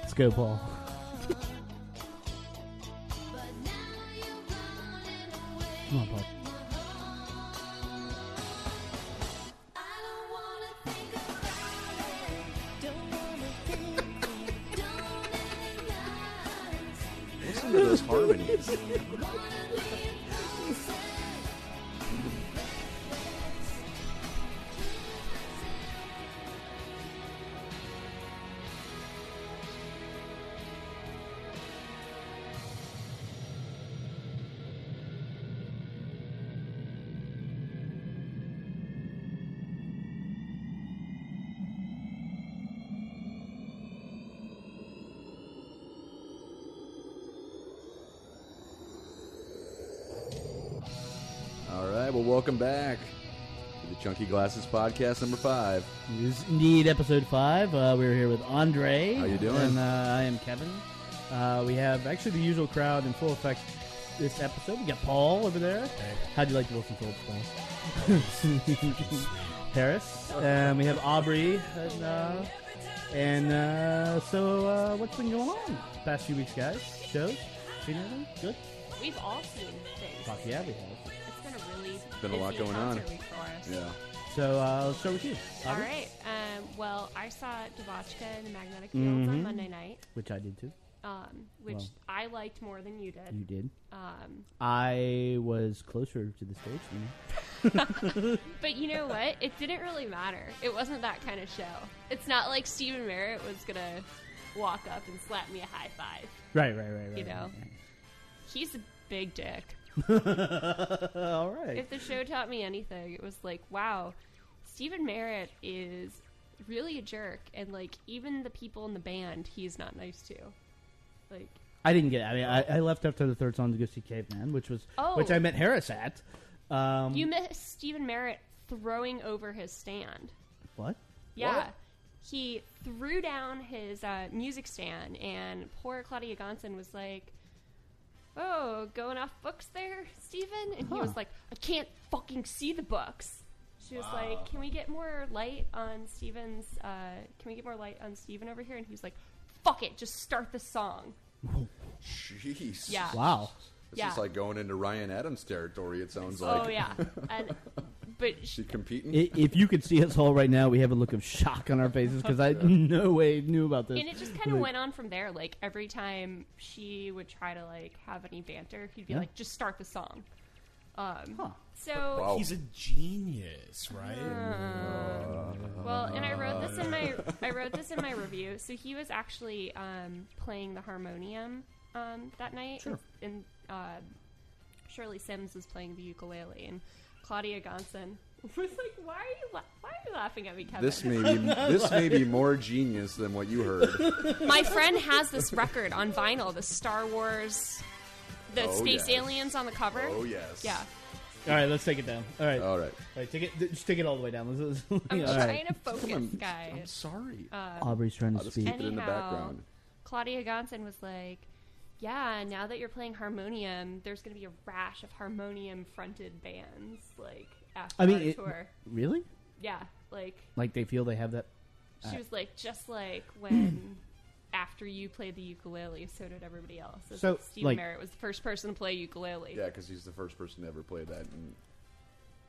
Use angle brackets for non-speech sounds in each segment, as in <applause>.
Let's go, Paul. Come on, Paul. Listen to those harmonies. All right, well, welcome back to the Chunky Glasses Podcast number five. It is indeed episode five. Uh, we're here with Andre. How you doing? And uh, I am Kevin. Uh, we have actually the usual crowd in full effect this episode. We got Paul over there. How'd you like the Wilson Phillips, Paul? <laughs> Paris. And we have Aubrey. And, uh, and uh, so, uh, what's been going on past few weeks, guys? Shows? Seen anything? Good? We've all seen things. Fuck yeah, we have. It's been a really been a lot busy going concert on. Week for us. Yeah. So, uh, let's start with you. All Aubrey, right. Um, well, I saw Devotchka and the Magnetic Fields on Monday night, Which I did too. um, which Mm-hmm. Well. I liked more than you did. You did. Um, I was closer to the stage than you. but you know what? It didn't really matter. It wasn't that kind of show. It's not like Stephen Merritt was gonna walk up and slap me a high five. Right, right, right, right. You right, know. He's a big dick. right. <laughs> All right. If the show taught me anything, it was like, wow, Stephen Merritt is really a jerk, and like even the people in the band, he's not nice to. Like, I didn't get. It. I mean, I, I left after the third song to go see Caveman, which was Oh. which I met Harris at. Um, You missed Stephen Merritt throwing over his stand. what? Yeah. He threw down his uh, music stand, and poor Claudia Gonson was like, Oh, going off books there, Stephen? And he Huh. was like, I can't fucking see the books. She was like, Can we get more light on Steven's, uh, can we get more light on Steven over here? And he was like, Fuck it, just start the song. <laughs> Jeez. Yeah. Wow. This yeah. is like going into Ryan Adams territory, it sounds like. oh, yeah. And, but She competing? I- If you could see us all right now, we have a look of shock on our faces <laughs> because I no way knew about this. And it just kind of Like, went on from there. Like every time she would try to like have any banter, he'd be Yeah. like, "Just start the song." Um, Huh. So wow. He's a genius, right? well, and I wrote this in my Uh. I wrote this in my review. So he was actually um, playing the harmonium um, that night, Sure. and uh, Shirley Sims was playing the ukulele, and Claudia Gonson <laughs> was like, "Why are you la- why are you laughing at me, Kevin?" <laughs> This may be this may be more genius than what you heard. My friend has this record on vinyl, the Star Wars, the Oh, space yes. aliens on the cover. Oh yes. Yeah. All right, let's take it down. All right, all All right. right, take it. Just take it all the way down. Let's, let's, I'm <laughs> all trying right. to focus, I'm, I'm guys. Um, sorry. Aubrey's trying I'll to just speak. keep it in the Anyhow. background. Claudia Gonson was like, "Yeah, now that you're playing harmonium, there's going to be a rash of harmonium-fronted bands like after I mean, our it- tour." Really? Yeah, like Like they feel they have that? Uh, she was like, just like when. <clears throat> After you played the ukulele, so did everybody else. It's So, like Steve like- Merritt was the first person to play ukulele. Yeah, because he's the first person to ever play that in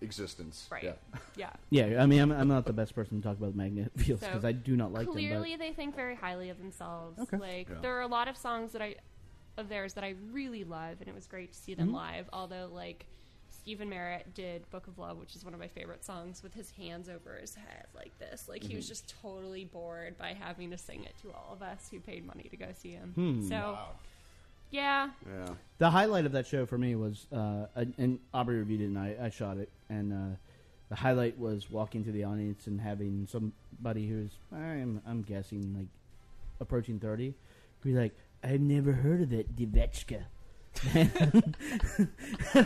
existence. Right. Yeah. yeah. Yeah. I mean, I'm, I'm not the best person to talk about magnet <laughs> fields So, because I do not like them. clearly but- they think very highly of themselves Okay. like Yeah. there are a lot of songs that i of theirs that i really love and it was great to see Mm-hmm. them live although like stephen merritt did book of love which is one of my favorite songs with his hands over his head like this like he Mm-hmm. was just totally bored by having to sing it to all of us who paid money to go see him Hmm. so yeah Yeah. The highlight of that show for me was, uh, and- and Aubrey reviewed it, and I, I shot it. And uh, the highlight was walking to the audience and having somebody who's, I'm, I'm guessing, like approaching 30, be like, I've never heard of that <laughs> Divechka.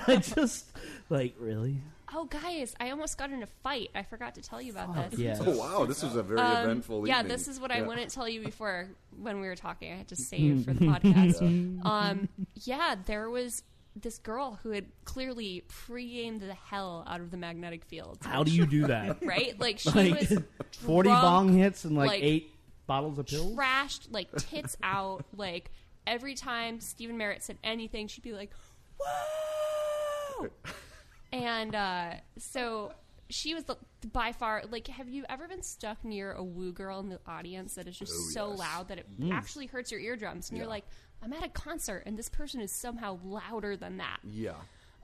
I just, like, really? oh guys i almost got in a fight i forgot to tell you about Fuck this yeah. Oh wow, this was a very Um, eventful yeah, evening. this is what I Yeah. wouldn't tell you before when we were talking. I <laughs> had to save for the podcast. Um, yeah, there was this girl who had clearly pre-aimed the hell out of the magnetic fields. How do you do that? <laughs> Right? Like she <laughs> Like, was 40 drunk, bong hits and, like, like, eight bottles of pills. trashed like tits out. Like every time Stephen Merritt said anything, she'd be like, "Whoa!" and uh, so she was the, by far like. Have you ever been stuck near a woo girl in the audience that is just Oh, so yes. loud that it actually hurts your eardrums? And you're Yeah. like, "I'm at a concert, and this person is somehow louder than that." Yeah.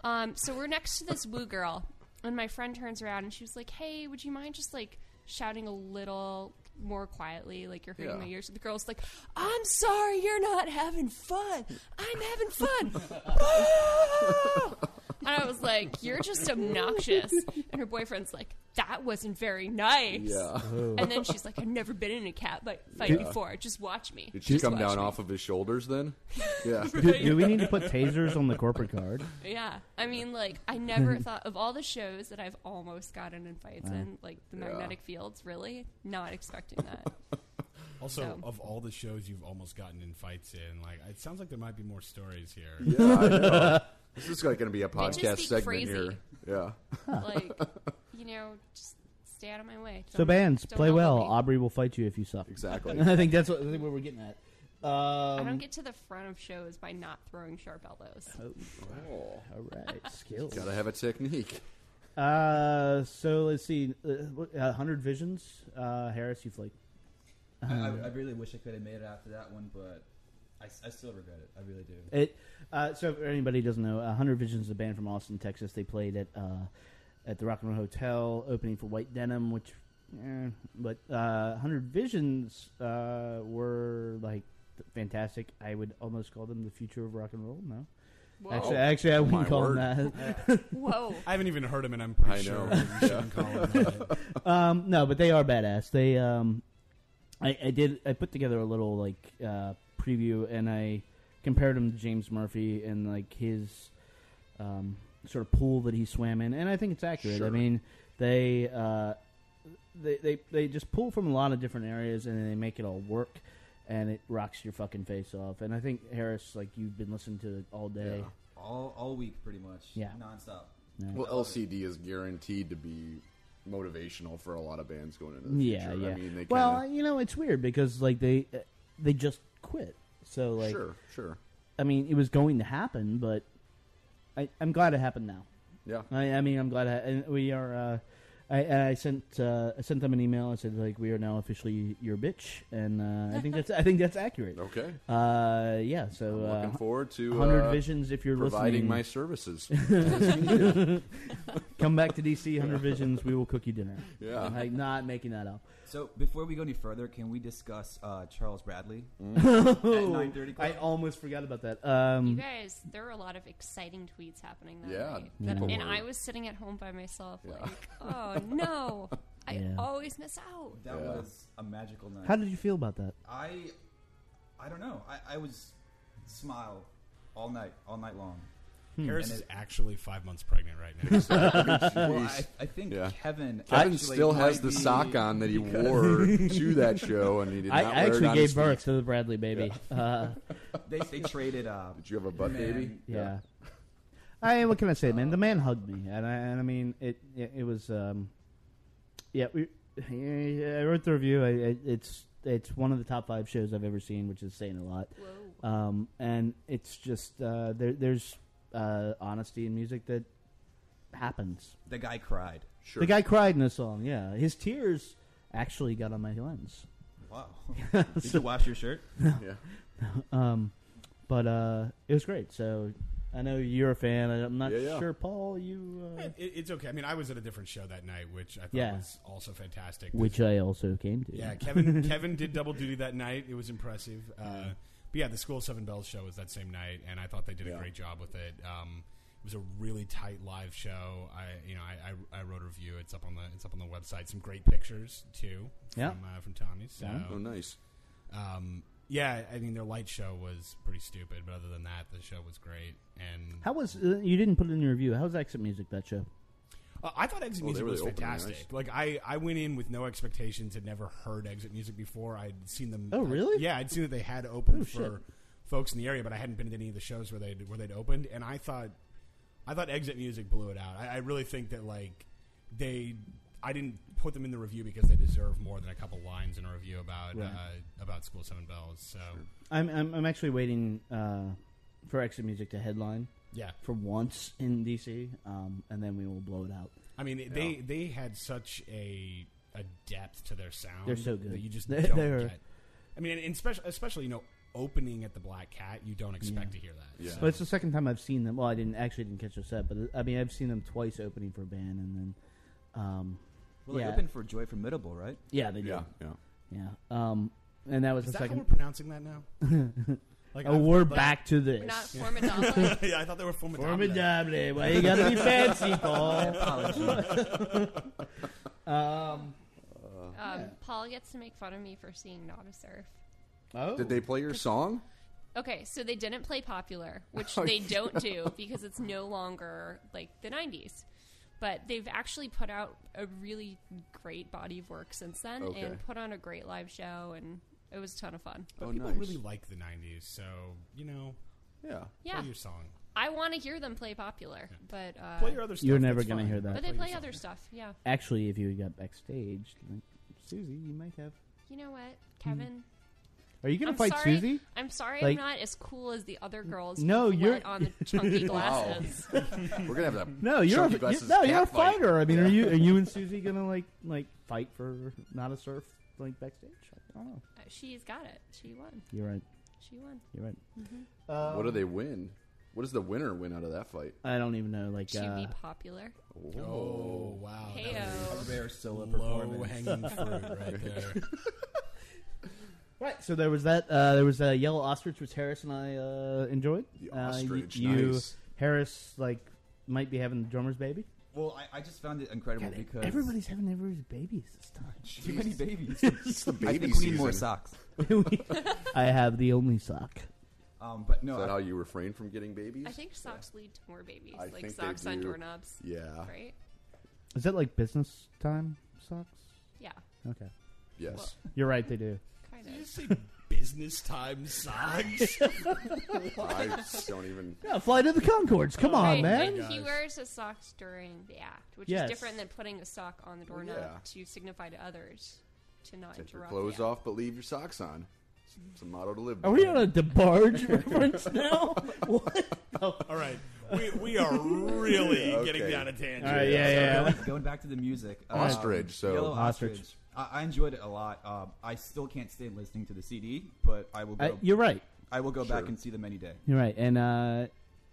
Um, so we're next to this woo girl, and my friend turns around and she was like, "Hey, would you mind just like shouting a little more quietly, like you're hurting Yeah. my ears?" The girl's like, "I'm sorry, you're not having fun. I'm having fun." <laughs> Woo!" and I was like, "You're just obnoxious." And her boyfriend's like, "That wasn't very nice." Yeah. And then she's like, "I've never been in a cat bi- fight before. Just watch me." Did she Just come watch down me." off of his <laughs> shoulders then? Yeah. Do, do we need to put tasers on the corporate card? Yeah, I mean, like I never thought of all the shows that I've almost gotten in fights in, like the Yeah. magnetic fields. Really, not expecting that. <laughs> Also, So- of all the shows you've almost gotten in fights in, like it sounds like there might be more stories here. yeah, I <laughs> know. This is like going to be a just podcast speak segment crazy. here. Yeah. like, you know, just stay out of my way. So Don't- bands don't play elbow well. me. Aubrey will fight you if you suck. Exactly. <laughs> I think that's what, I think what we're getting at. I Um, don't get to the front of shows by not throwing sharp elbows. oh. all <laughs> right, skills. Gotta have a technique. Uh, so let's see. Uh, what- uh, Hundred Visions. Uh, Harris, you've like. I, I, I really wish I could have made it after that one, but I, s- I still regret it. I really do. It. Uh, so if anybody doesn't know, uh, Hundred Visions is a band from Austin, Texas. They played at uh, at the Rock and Roll Hotel, opening for White Denim, which, eh, but uh, Hundred Visions uh, were like fantastic. I would almost call them the future of rock and roll. No, Whoa, actually, actually, I wouldn't oh My call word. them that. <laughs> <laughs> <laughs> whoa! I haven't even heard him, and I'm I pretty sure know. we shouldn't call him <laughs> that. <laughs> Um, no, but they are badass. They, um, I, I did, I put together a little like uh, preview, and I compared him to James Murphy and like his um, sort of pool that he swam in, and I think it's accurate. I Sure. mean, they, uh, they, they, they just pull from a lot of different areas, and they make it all work. And it rocks your fucking face off. And I think Harris, like you've been listening to it all day. All all week, pretty much. Yeah. Nonstop. Well, LCD is guaranteed to be motivational for a lot of bands going into the Yeah, future. yeah. I mean, they well, kinda, you know, it's weird because like they, uh, they just quit. So like, sure, sure, I mean, it was going to happen, but I, I'm glad it happened now. yeah. I, I mean, I'm glad. I, and we are. Uh, I, and I sent uh, I sent them an email. I said like, we are now officially your bitch, and uh, I think that's I think that's accurate. Okay, Uh, yeah. So I'm uh, looking forward to hundred uh, visions. If you're providing listening, my services. <laughs> come back to DC. Hundred visions. We will cook you dinner. Uh-huh. Yeah. I'm like not making that up. So before we go any further, can we discuss uh, Charles Bradley? Mm. <laughs> At 9:30 I club? almost forgot about that. You Um, guys, there were a lot of exciting tweets happening that Oh. Yeah, night. That- people and were- I was sitting at home by myself, Yeah. like, oh <laughs> no, I Yeah. always miss out. That Yeah. was a magical night. how did you feel about that? I I don't know. I, I was smile all night, all night long. Hmm. Hmm. Harris And is it- <laughs> actually <laughs> five months pregnant right now. Well, I, Jeez. I think Yeah. Kevin. Kevin actually still has might the be- sock on that he <laughs> <laughs> wore to that show, and he did I, not I wear it actually on his gave feet. birth to the Bradley baby. <laughs> Uh, They, they traded. Uh, Did you have a butt man. baby? Yeah. I what can I say, man? The man hugged me, and I, and I mean it. It, it was, um, yeah. We, I wrote the review. I, I, it's it's one of the top five shows I've ever seen, which is saying a lot. Whoa. Um, and it's just uh, there, there's uh, honesty in music that happens. The guy cried. Sure. The guy cried in a song. Yeah, his tears actually got on my lens. <laughs> Wow. Did you wash your shirt? Yeah. Um, but uh, it was great. So I know you're a fan. I'm not Yeah, yeah. sure, Paul. You. Uh, It, it's okay. I mean, I was at a different show that night, which I thought Yeah. was also fantastic. which I also came to. yeah, Kevin <laughs> Kevin did double duty that night. It was impressive. Uh, but yeah, the School of Seven Bells show was that same night, and I thought they did Yeah. a great job with it. Um, it was a really tight live show. I you know I, I, I wrote a review. It's up on the it's up on the website. Some great pictures too. Yeah. from, uh, from Tommy. So Oh, nice. um, yeah, I mean their light show was pretty stupid, but other than that, the show was great. And How was uh, you didn't put it in your review? How was Exit Music that show? Uh, I thought Exit Oh, Music they really was opened their eyes. fantastic. Like I, I went in with no expectations. Had never heard Exit Music before. I'd seen them. Oh, really? yeah, I'd seen that they had opened Oh, for shit. folks in the area, but I hadn't been to any of the shows where they would where they'd opened. And I thought, I thought Exit Music blew it out. I, I really think that like they I didn't put them in the review because they deserve more than a couple lines in a review about Right. uh, about School of Seven Bells. So I'm, I'm I'm actually waiting uh, for Exit Music to headline yeah, for once in DC, um, and then we will blow it out. I mean they they had such a a depth to their sound. They're so good. that you <laughs> just They- don't they're- get. I mean, and, and especially especially you know opening at the Black Cat, you don't expect to hear that. Yeah. So- Well, it's the second time I've seen them. Well, I didn't actually didn't catch their set, but I mean I've seen them twice opening for a band, and then um, Well, Yeah. they opened for Joy Formidable, right? yeah, they did. Yeah, yeah. Yeah. Um, and that was Is the that how we're second. pronouncing that <laughs> now? like, Oh, I- we're like- back to this. We're not formidable. <laughs> yeah, I thought they were formidable. Formidable. Why you gotta be <laughs> fancy, Paul? Apologies. Um, um, Paul gets to make fun of me for seeing Not a Surf. oh. Did they play your song? Okay, so they didn't play popular, which <laughs> Oh, they don't do because it's no longer like the 90s. But they've actually put out a really great body of work since then Okay. and put on a great live show, and it was a ton of fun. oh, People nice. really like the '90s, so you know, yeah. Yeah, play your song, I want to hear them play popular, but uh, play your other stuff. You're never that's gonna fine. hear that. but they your play song. other stuff. Yeah, Actually, if you got backstage, like, Susie, you might have. you know what, Kevin? Hmm. Are you gonna I'm fight sorry. Susie? I'm sorry, Like- I'm not as cool as the other girls. who No, let you're- on <laughs> the Uh, chunky glasses. <laughs> We're gonna have that. No, you're a, Chunky you, Glasses no, you're a cat fight. fighter. I mean, are you are <laughs> <laughs> you and Susie gonna like like fight for not a surf like backstage? I don't know. Uh, She's got it. She won. You're right. She won. Mm-hmm. You're right. Um, What do they win? What does the winner win out of that fight? I don't even know. Like, She'd uh, be popular. Oh wow, Heyo. Rare solo low performance. hanging <laughs> fruit right there. right. So there was that. Uh, there was a yellow ostrich, which Harris and I uh, enjoyed. The Uh, y- ostrich, you, nice. Harris, like, might be having the drummer's baby. Well, I, I just found it incredible because <laughs> Everybody's <laughs> having everybody's babies this time. too many <laughs> babies. <laughs> It's the I baby think we need more season. socks. I have the only sock. Um, but no, Is that I- how you refrain from getting babies? I think socks lead to more babies. I like think they socks on do. doorknobs, Yeah. <laughs> right? Is that like business time socks? Yeah, Okay, Yes. Well- you're right. They do. kind Did you of. say business time <laughs> socks? Oh I don't even. Yeah, fly to the Concords. Come on, Right, man. and he Guys. wears his socks during the act, which Yes. is different than putting a sock on the doorknob yeah. to signify to others to not Take your interrupt. clothes the act. off, but leave your socks on. It's- It's a motto to live by. Are we on a DeBarge <laughs> reference now? What? <laughs> Oh, All right, we, we <laughs> are really <laughs> Okay. getting down a tangent. All right, yeah, yeah. going, going back to the music, um, Ostrich, so- Yellow Ostrich. ostrich. I, I enjoyed it a lot. Um, I still can't stand listening to the CD, but I will. Go, I, Uh, you're right. I will go Sure. back and see them any day. You're right. And uh,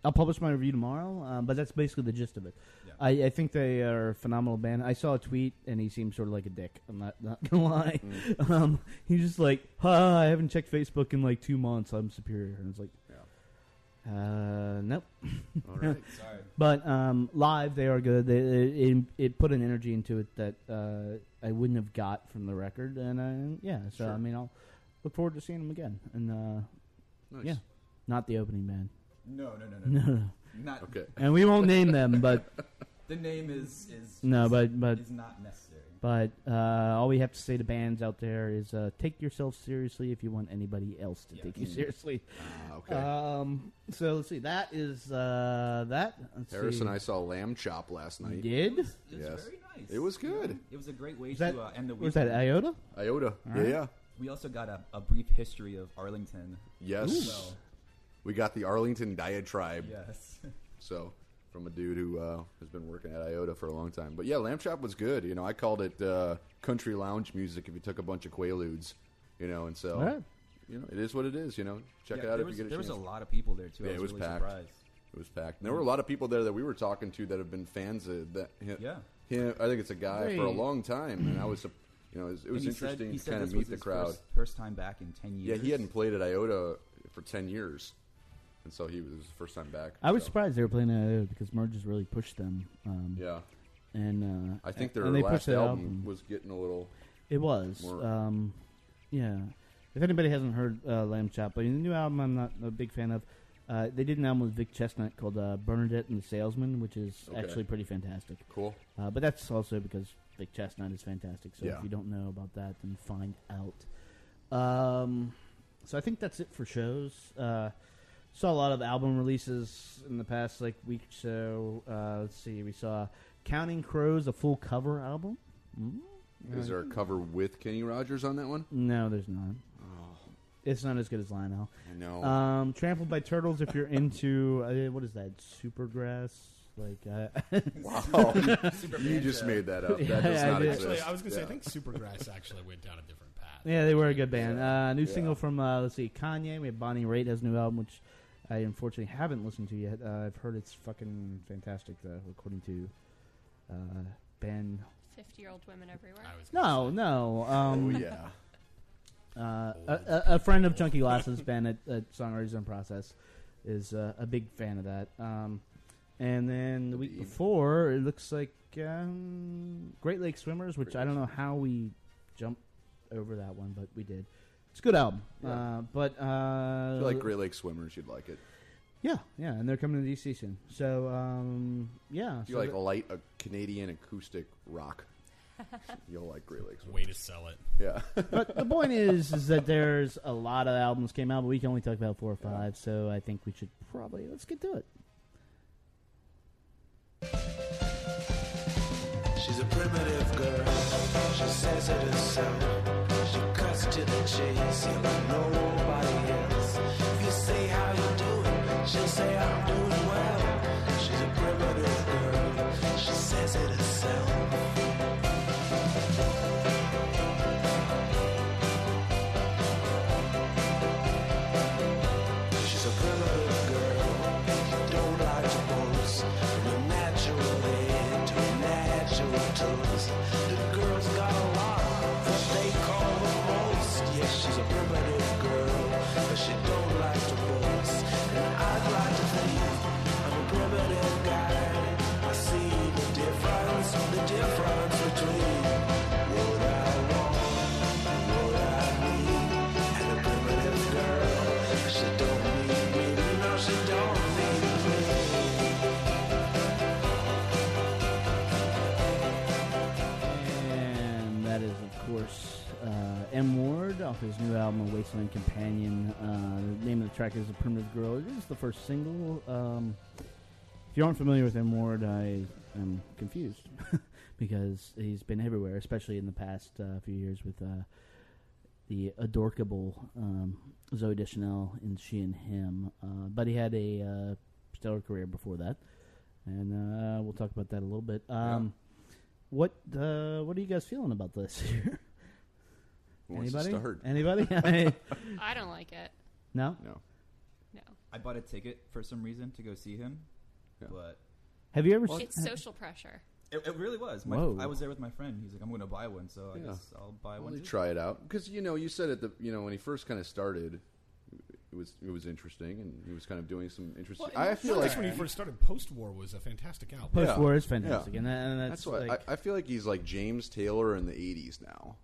I'll publish my review tomorrow, um, but that's basically the gist of it. Yeah. I, I think they are a phenomenal band. I saw a tweet, and he seemed sort of like a dick. I'm not, not going to lie. <laughs> Um, he's just like, ha, I haven't checked Facebook in like two months. I'm superior. And it's like, uh, nope. All <laughs> right. Sorry. But um, live, they are good. They, they- it, it put an energy into it that uh, I wouldn't have got from the record, and I, yeah. So I Sure. mean, I'll look forward to seeing them again. And uh, Nice. yeah, not the opening band, No, no, no, <laughs> no. Not Okay. and we won't <laughs> name them. But the name is is no, is, but but is not necessary. but uh, all we have to say to bands out there is uh, take yourself seriously if you want anybody else to Yeah. Hmm. take you Mm. seriously. Ah, okay. Um, so let's see. That is uh, that. Let's Harris see. and I saw lamb chop last night. It did. was, it was Yes. very nice. It was good. You know, It was a great way Was that, to uh, end the week. was that Iota? Iota. Yeah, yeah. We also got a, a brief history of Arlington. Yes. So We got the Arlington diatribe. yes, <laughs> So from a dude who uh, has been working at IOTA for a long time. But yeah, Lamb Chop was good. You know, I called it uh, country lounge music if you took a bunch of Quaaludes. You know, and so All right. you know it is what it is. You know, check Yeah, it out there if was, you get a there chance. was a lot of people there too. Yeah, I it was, was really packed. surprised. it was packed. And there were a lot of people there that we were talking to that have been fans of that. Him, Yeah. him- I think it's a guy for a Very- long time, and I was, su- you know, it was, it was And he said- interesting he to said kind this of was meet the his crowd. First, first time back in ten Yeah, years. he hadn't played at IOTA for ten years, and so he was, it was the first time back. I was so. surprised they were playing that out because Merge has really pushed them. Um, Yeah, And uh, I think their and they pushed last that album, album. was getting a little. it was. More- Um, yeah. If anybody hasn't heard uh, Lamb Chop, but the new album I'm not a big fan of. Uh, they did an album with Vic Chestnut called uh, Bernadette and the Salesman, which is Okay. actually pretty fantastic. Cool. Uh, but that's also because Vic Chestnut is fantastic. So Yeah. if you don't know about that, then find out. Um, so I think that's it for shows. Uh, saw a lot of album releases in the past like week. or So uh, let's see, we saw Counting Crows, a full cover album. Is there a cover with Kenny Rogers on that one? No, there's not. Oh. It's not as good as Lionel. I know. Um, Trampled by Turtles. If you're into uh, what is that? Supergrass. Like uh, <laughs> <laughs> wow. you Superman just show. made that up. That Yeah, does I not did. exist. Actually, I was gonna say I Yeah. think Supergrass actually went down a <laughs> different path. Yeah, they were a good band. Uh, new Yeah. single from uh, let's see, Kanye. We have Bonnie Raitt has a new album, which I unfortunately haven't listened to yet. Uh, I've heard it's fucking fantastic, though, according to uh, Ben. Fifty-year-old women everywhere. I was gonna No, no. Um, Oh yeah. uh, a, a, a friend of Chunky Glass's band at, at Songwriters in Process is uh, a big fan of that. Um, and then the week Indeed. before, it looks like um, Great Lake Swimmers, which I don't know how we jumped over that one, but we did. It's a good album, Yeah. uh, but uh, If you like Great Lake Swimmers, you'd like it. yeah, yeah, and they're coming to DC soon. So um, yeah, If you so like that- light uh, Canadian acoustic <laughs> rock, you'll like Great Lake Swimmers. Way to sell it. <laughs> Yeah. but the point is, is that there's a lot of albums came out, but we can only talk about four or five. So I think we should probably let's get to it. She's a primitive girl. She says it herself. She cuts to the chase. Yeah, like nobody else. If you say how you doing, she'll say I'm doing well. She's a primitive girl. She says it herself. She's a primitive girl. Don't like to pose. From a natural head to a natural toes. The girl's got a lot that they call the most. Yeah, she's a primitive girl, but she don't like to pose. And I'd like to think I'm a primitive guy. I see the difference, the difference between what I want, what I need, and a primitive girl. She don't need me, no, she don't need me. And that is, of course, uh, M Ward off his new album, A Wasteland Companion. Uh, the name of the track is A Primitive Girl. It is the first single. Um, if you aren't familiar with M Ward, I am confused <laughs> because he's been everywhere, especially in the past uh, few years with uh, the adorkable um, Zoe Deschanel in She and Him. Uh, but he had a uh, stellar career before that, and uh, we'll talk about that a little bit. Um, What uh, What are you guys feeling about this? <laughs> here? Who wants to start? Anybody? <laughs> I- <laughs> I don't like it. no. No. No, I bought a ticket for some reason to go see him, Yeah. but Have you ever? s- it's social pressure. it, it really was. My, Whoa. I was there with my friend. He's like, "I'm going to buy one," so I Yeah. guess I'll <laughs> buy Well, one. they too. try it out because you know you said at the you know when he first kind of started, it was it was interesting and he was kind of doing some interesting. I feel like That's when he first started. Post War was a fantastic album. Post war is Yeah. fantastic, and, that, and that's, that's why like, I, I feel like he's like James Taylor in the '80s now.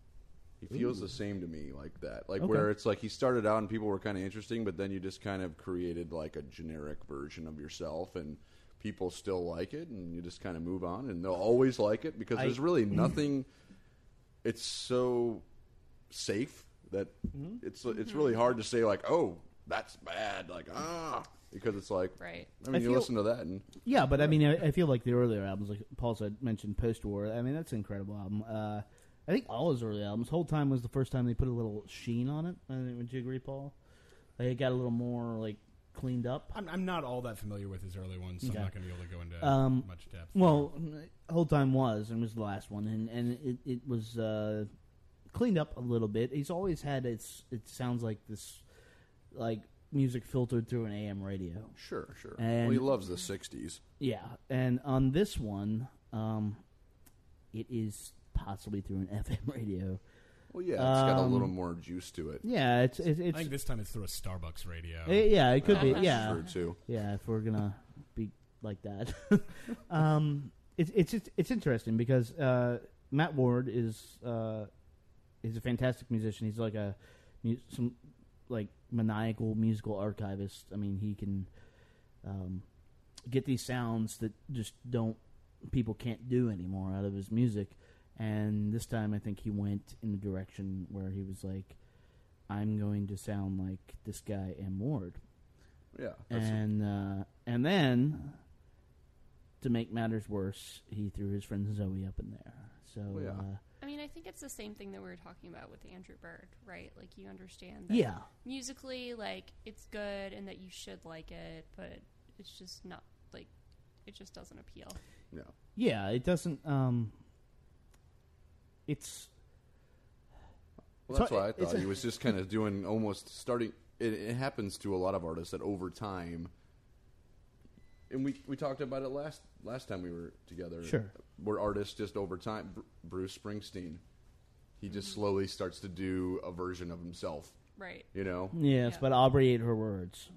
He feels the same to me like that, like Okay. where it's like he started out and people were kind of interesting, but then you just kind of created like a generic version of yourself and. People still like it, and you just kind of move on, and they'll always like it because I- there's <clears throat> really nothing. It's so safe that Mm-hmm. it's it's really hard to say like oh that's bad like ah because it's like Right. I mean I you feel- listen to that and Yeah, but I mean, I, I feel like the earlier albums, like Paul said, mentioned post war. I mean, that's an incredible album. Uh, I think all his early albums. Whole time was the first time they put a little sheen on it. I think, would you agree, Paul? Like it got a little more like cleaned up. I'm, I'm not all that familiar with his early ones, so Okay. I'm not going to be able to go into Um, much depth. Well, whole time was and was the last one, and and it it was uh, cleaned up a little bit. He's always had it's. It sounds like this, like music filtered through an AM radio. sure sure And- well he loves the 60s Yeah, and on this one, um, it is possibly through an <laughs> FM radio. well yeah it's got a Um, little more juice to it Yeah, it's it's, I it's think this time it's through a Starbucks radio. eh, yeah, it could be That's yeah, true too yeah. If we're gonna be like that, <laughs> um, it's it's it's it's interesting because uh, Matt Ward is uh, is a fantastic musician. He's like a mu- some like maniacal musical archivist. I mean, he can um, get these sounds that just don't people can't do anymore out of his music. And this time, I think he went in the direction where he was like, "I'm going to sound like this guy M Ward," yeah that's, and uh, and then to make matters worse, he threw his friend Zoe up in there. So Well, Oh, yeah. Uh, I mean, I think it's the same thing that we were talking about with Andrew Bird, right? Like you understand that yeah, musically, like it's good and that you should like it, but it's just not like it just doesn't appeal. No. yeah, it doesn't. Um, it's Well, that's So why I it- it's thought he <laughs> was just kind <laughs> of doing almost starting. It, it happens to a lot of artists that over time, and we we talked about it last last time we were together. Sure. where artists just over time. Br- Bruce Springsteen, he just slowly starts to do a version of himself. Mm-hmm. Right. You know. yeah, it's Yeah. about Aubrey ate her words.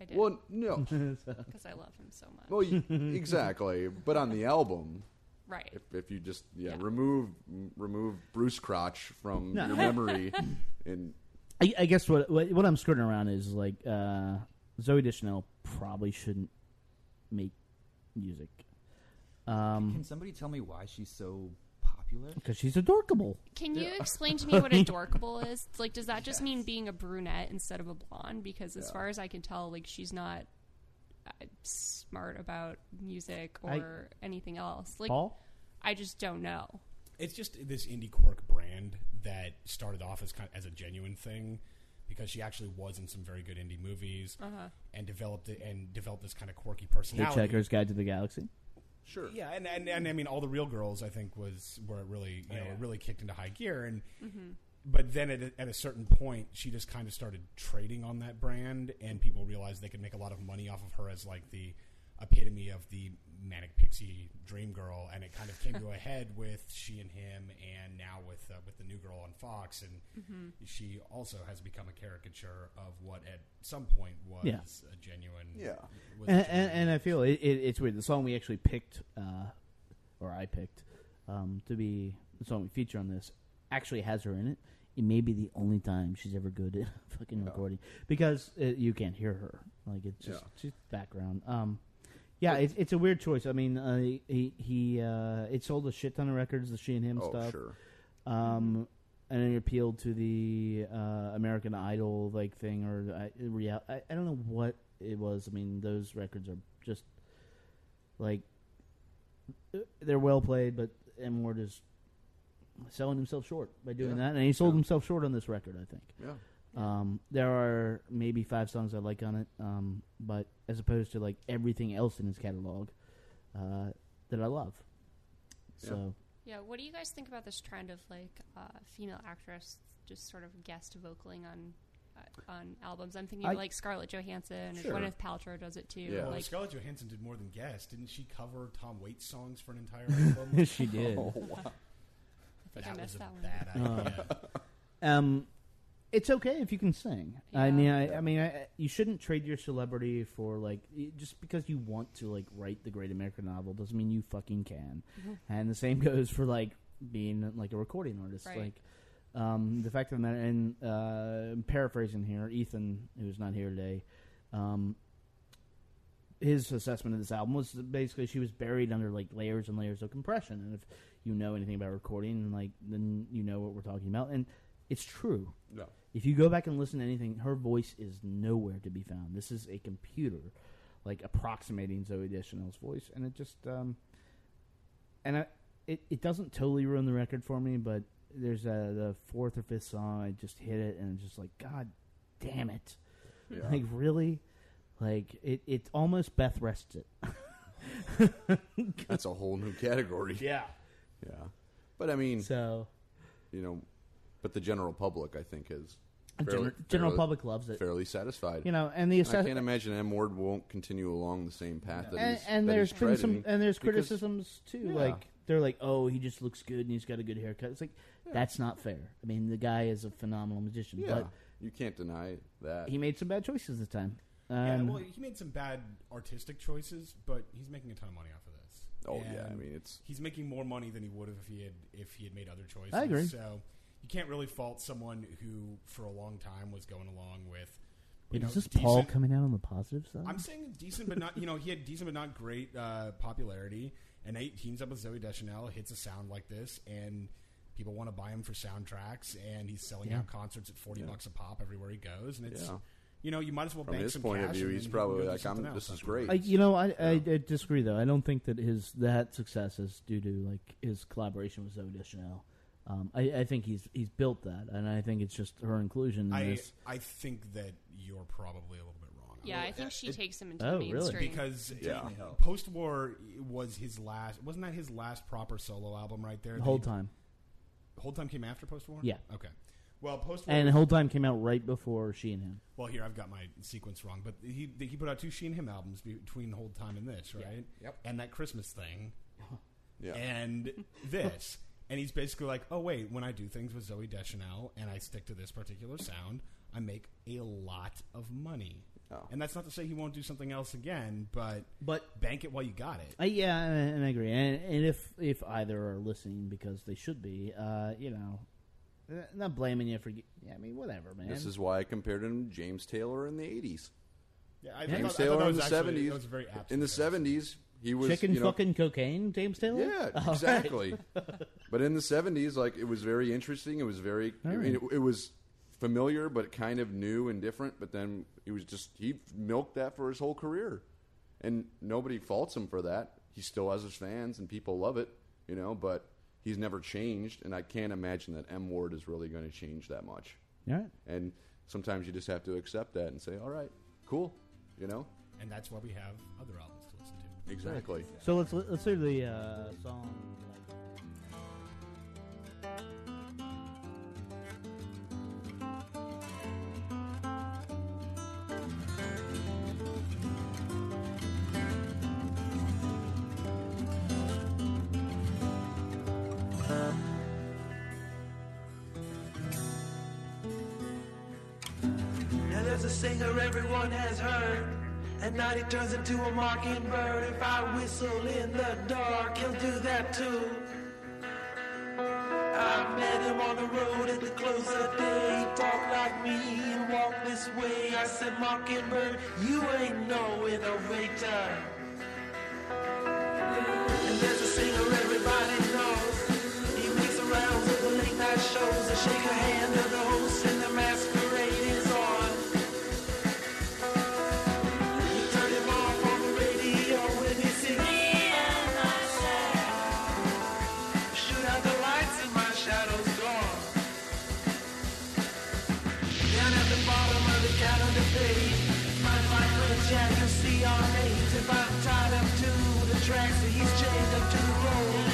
I did. Well, <laughs> no. because I love him so much. well, <laughs> y- exactly. But on the album, right. if, if you just yeah, Yeah. remove m- remove Bruce Crotch from your <laughs> memory, and I, I guess what, what what I'm skirting around is like uh, Zoe Deschanel probably shouldn't make music Um, Can somebody tell me why she's so popular? because she's adorkable. Can you explain <laughs> to me what adorkable is? It's Like, does that just mean being a brunette instead of a blonde? Because as far as I can tell, like she's not uh, smart about music I- or anything else. Like, Paul, I just don't know. It's just this indie cork brand that started off as kind of, as a genuine thing because she actually was in some very good indie movies and developed it and developed this kind of quirky personality. Hitchhiker's Guide to the Galaxy. sure, Yeah, and, and and I mean, all the real girls, I think, was where it really Oh, you know it really kicked into high gear, and but then at a, at a certain point, she just kind of started trading on that brand, and people realized they could make a lot of money off of her as like the epitome of the manic pixie dream girl, and it kind of came to a head with she and him, and now with uh, with the new girl on Fox, and she also has become a caricature of what at some point was Yeah. a genuine Yeah. was a and, genuine- and, and I feel it, it, it's weird. The song we actually picked, uh, or I picked, um, to be the song we feature on this, actually has her in it. It may be the only time she's ever good at <laughs> fucking recording because uh you can't hear her. Like it's just Yeah. she's background. Um, yeah, it's, it's a weird choice. I mean, uh, he he uh, it sold a shit ton of records, the she and him oh stuff sure, um, and it appealed to the uh, American Idol like thing or I, real. I, I don't know what it was. I mean, those records are just like they're well played, but M Ward is selling himself short by doing Yeah. that, and he sold Yeah. himself short on this record. I think. yeah. Um, there are maybe five songs I like on it, um, but as opposed to like everything else in his catalog uh, that I love. Yeah. So Yeah, what do you guys think about this trend of like uh, female actress just sort of guest vocaling on uh, on albums? I'm thinking I- of, like Scarlett Johansson Sure. or Gwyneth Paltrow does it too. Yeah. Well, Like, Scarlett Johansson did more than guess. Didn't she cover Tom Waits songs for an <laughs> entire album? Oh, she did. <laughs> I think I that was missed a that one. bad Oh, idea. <laughs> um, it's okay if you can sing. I Yeah. mean, I, I mean, I- I, you shouldn't trade your celebrity for like y- just because you want to like write the great American novel doesn't mean you fucking can. Mm-hmm. and the same goes for like being like a recording artist. Right. Like um, the fact of the matter, and uh, I'm paraphrasing here, Ethan, who's not here today, um, his assessment of this album was that basically she was buried under like layers and layers of compression. And if you know anything about recording, like then you know what we're talking about, and it's true. No. If you go back and listen to anything, her voice is nowhere to be found. This is a computer, like approximating Zoe Deschanel's voice, and it just, um, and I, it it doesn't totally ruin the record for me, but there's a the fourth or fifth song I just hit it, and I'm just like, God damn it, Yeah. like really, like it it almost Beth rests it. <laughs> That's a whole new category. Yeah. Yeah. But I mean, So you know, but the general public, I think, is general, general public loves it, fairly satisfied. you know, and the I assess- can't imagine M Ward won't continue along the same path that and, he's and that there's he's been some treading and there's because- criticisms too Yeah. like they're like oh he just looks good and he's got a good haircut it's like that's not fair i mean the guy is a phenomenal musician Yeah, you can't deny that. but he made some bad choices this time yeah, Um, well, he made some bad artistic choices, but he's making a ton of money off of this. oh yeah, I And mean it's he's making more money than he would have if he had if he had made other choices. I agree. So you can't really fault someone who, for a long time, was going along with. You wait, know, is this paul decent- coming out on the positive side I'm saying decent, but not you know he had decent but not great uh, popularity. And eight teams up with Zoe Deschanel hits a sound like this, and people want to buy him for soundtracks. And he's selling Yeah. out concerts at forty bucks a pop everywhere he goes, and it's Yeah. You know, you might as well From bank his some point of cash view, and he's then probably go do like, something I'm- else this is afterwards. I, great. you know, I, I, I disagree though. I don't think that his that success is due to like his collaboration with Zoe Deschanel. Um, I, I think he's he's built that, and I think it's just her inclusion in I this. I think that you're probably a little bit wrong. on Yeah, that. I think she takes him into the Oh, really? mainstream. because Yeah. Definitely helped. post-war was his last. Wasn't that his last proper solo album right there? The whole Did- time, Whole time came after post-war. Yeah. Okay. Well, post-war. and the whole time came out right before she and him. well, here I've got my sequence wrong, but he he put out two She and Him albums be- between the whole time and this, right? Yep. And that Christmas thing. <laughs> Yeah. and this. And he's basically like, oh, wait, when I do things with Zoe Deschanel and I stick to this particular sound, I make a lot of money. Oh. And that's not to say he won't do something else again, but, But- bank it while you got it. Uh, yeah, and, and I agree. And, and if if either are listening because they should be, uh, you know, uh, not blaming you for. Yeah, I mean, whatever, man. This is why I compared him to James Taylor in the 80s. Yeah, I, James Taylor in the 70s. That was a very apt in the comparison. 70s, he was chicken you know, fucking cocaine, James Taylor. <laughs> All Yeah, right. <laughs> exactly. but in the seventies, like it was very interesting. It was very, I mean, it, it was familiar, but kind of new and different. But then he was just he milked that for his whole career, and nobody faults him for that. He still has his fans, and people love it, you know. But he's never changed, and I can't imagine that M Ward is really going to change that much. All right. And sometimes you just have to accept that and say, "All right, cool," you know. And that's why we have other albums to listen to. Exactly. So let's let's hear the uh, song. Now there's a singer everyone has heard. At night he turns into a mockingbird. If I whistle in the dark, he'll do that too. I met him on the road at the close of day. He talked like me and walked this way. I said, Mockingbird, you ain't no innovator. uh." And there's a singer everybody knows. He makes the rounds of the late night shows. A shake a hand of the host and the masquerade is on. You turn him off on the radio when he sings. Me and my shadow. Shoot out the lights and my shadow's gone. Down at the bottom of the calendar page, find my friend Jack, you'll see our names. If I'm tied up to the tracks that he's chained up to the road.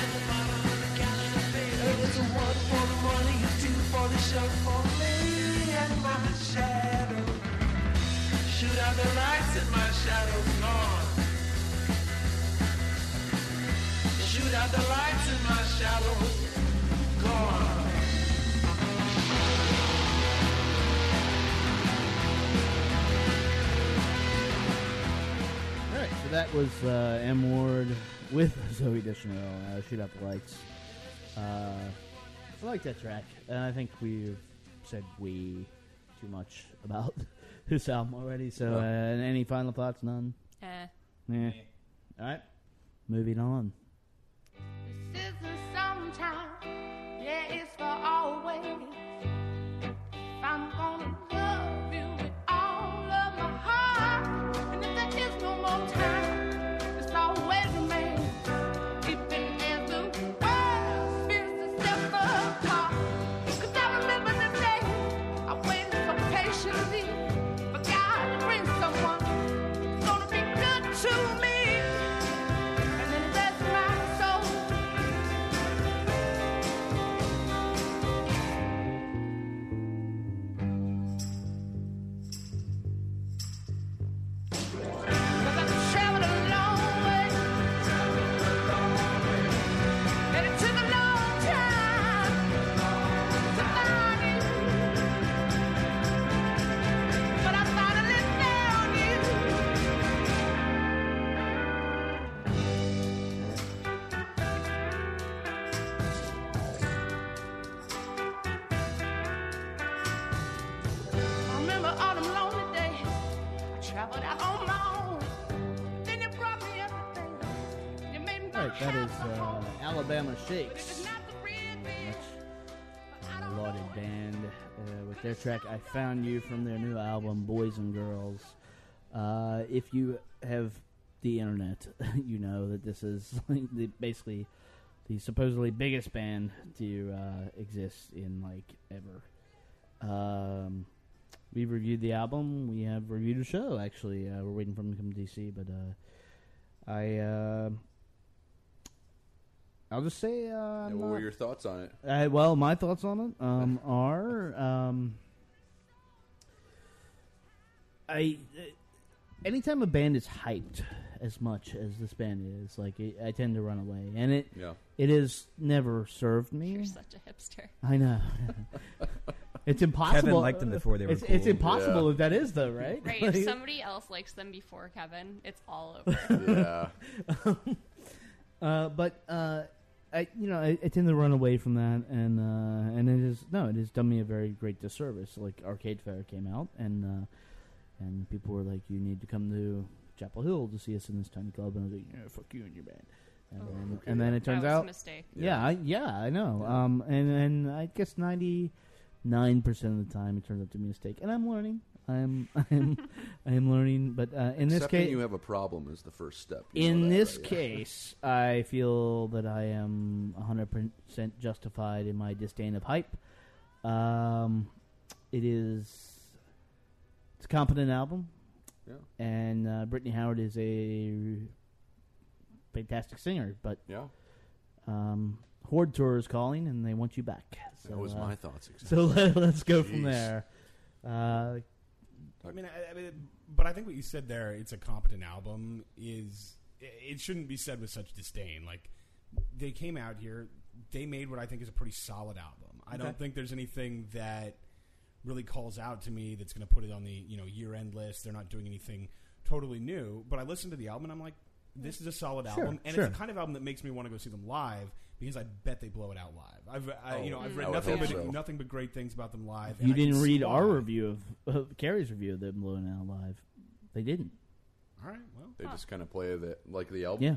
And it's a one for the money, a two for the show, for me and my shadow. Shoot out the lights and my shadow's gone. Shoot out the lights and my shadow's gone. All right, so that was uh, M Ward with <laughs> Zoe Deschanel. Uh, Shoot out the lights. Uh, I like that track, and I think we've said we too much about <laughs> this album already. So, uh, any final thoughts? None. Eh. Yeah. All right, moving on. This isn't sometime, yeah, it's for always. If I'm gonna love you with all of my heart, and if there is no more time, it's always remain. Even as the world spins itself apart, 'Cause I remember the day I waited so patiently for God to bring someone who's gonna be good to me, and then that's my soul. Cause I've traveled a long way, and it took a long time to find you. But I finally found you. I remember all them lonely days. I traveled out on my own. Then you brought me everything. You made me All right, that is uh, Alabama But if Shakes. it's not the real Which deal, I don't uh, lauded band uh, with their track "I Found You" from their new album "Boys and Girls." Uh, if you have the internet, <laughs> you know that this is <laughs> like the, basically the supposedly biggest band to uh, exist in like ever. Um, we've reviewed the album. We have reviewed the show. Actually, uh, we're waiting for them to come to DC, but uh, I uh, I'll just say uh, Yeah, I'm what were not- your thoughts on it? uh, well, my thoughts on it um, are um, I uh, anytime a band is hyped as much as this band is, like it, I tend to run away, and it Yeah. it has never served me. You're such a hipster. <laughs> I know. it's impossible. Kevin liked them before they were It's, it's cool. impossible Yeah. if that is though, right? Right. <laughs> Like, If somebody else likes them before Kevin, it's all over. <laughs> Yeah. Um, uh, but uh, I, you know, I, I tend to run away from that, and uh, and it is no, it has done me a very great disservice. Like Arcade Fire came out, and uh, and people were like, "You need to come to Chapel Hill to see us in this tiny club," and I was like, "Yeah, fuck you and your band." And, then, <laughs> and then that it turns was out a mistake. Yeah, I, yeah, I know. Um, and and I guess ninety nine percent of the time it turns out to be a mistake, and I'm learning. I'm <laughs> I'm I am learning, but uh, in this Accepting case, you have a problem is the first step. You know in that, this right? Yeah. case, I feel that I am hundred percent justified in my disdain of hype. Um, it is it's a competent album, Yeah. and uh, Brittany Howard is a fantastic singer, but Yeah. um, Horde Tour is calling, and they want you back. So, that was uh, my thoughts. So <laughs> let, us go from Jeez. there. Uh, I mean, I, I mean, but I think what you said there, it's a competent album, is it it shouldn't be said with such disdain. Like, they came out here, they made what I think is a pretty solid album. I don't think there's anything that really calls out to me that's going to put it on the, you know, year-end list. They're not doing anything totally new, but I listened to the album and I'm like, this is a solid album, and sure. it's the kind of album that makes me want to go see them live because I bet they blow it out live. I've, I, you know, I've read Oh, I would nothing but hope so. nothing but great things about them live. and you I can didn't see read our why. review of, of Carrie's review of them blowing out live. They didn't. All right, well, They just kind of play the like the album. Yeah.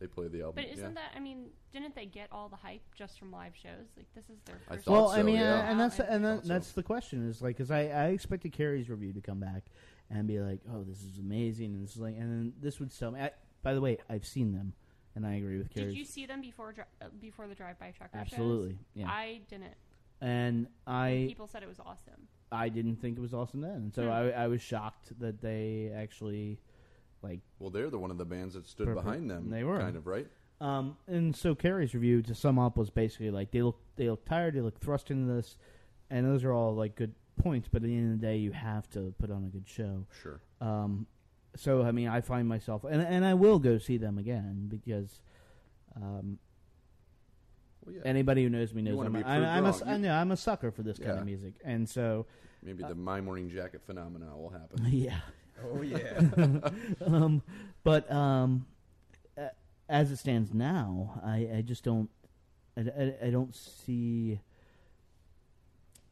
They play the album. But isn't yeah. that? I mean, didn't they get all the hype just from live shows? Like this is their I first. thought well, so, I mean, yeah. uh, and that's and Thought that, so. that's the question is like, because I, I expected Carrie's review to come back and be like, oh, this is amazing, and this is like, and then this would sell me. I, by the way, I've seen them, and I agree with Carrie's. Did you see them before dri- uh, before the drive-by trucker shows? Absolutely, yeah. I didn't. and I People Hmm. said it was awesome. I didn't think it was awesome then, and so I I was shocked that they actually like Well, they're the one of the bands that stood Perfect. behind them. They were. kind of right. Um, and so Carrie's review to sum up was basically like they look they look tired, they look thrust into this, and those are all like good points. But at the end of the day, you have to put on a good show. Sure. Um, so I mean, I find myself and and I will go see them again because um, Well, yeah. anybody who knows me knows wanna I'm, be I'm, proved I'm a wrong. I You- know, I'm a sucker for this kind Yeah. of music, and so Maybe Uh, the my morning jacket phenomenon will happen. <laughs> yeah. Oh yeah. <laughs> um, but um, a- as it stands now, I, I just don't, I, I, I don't see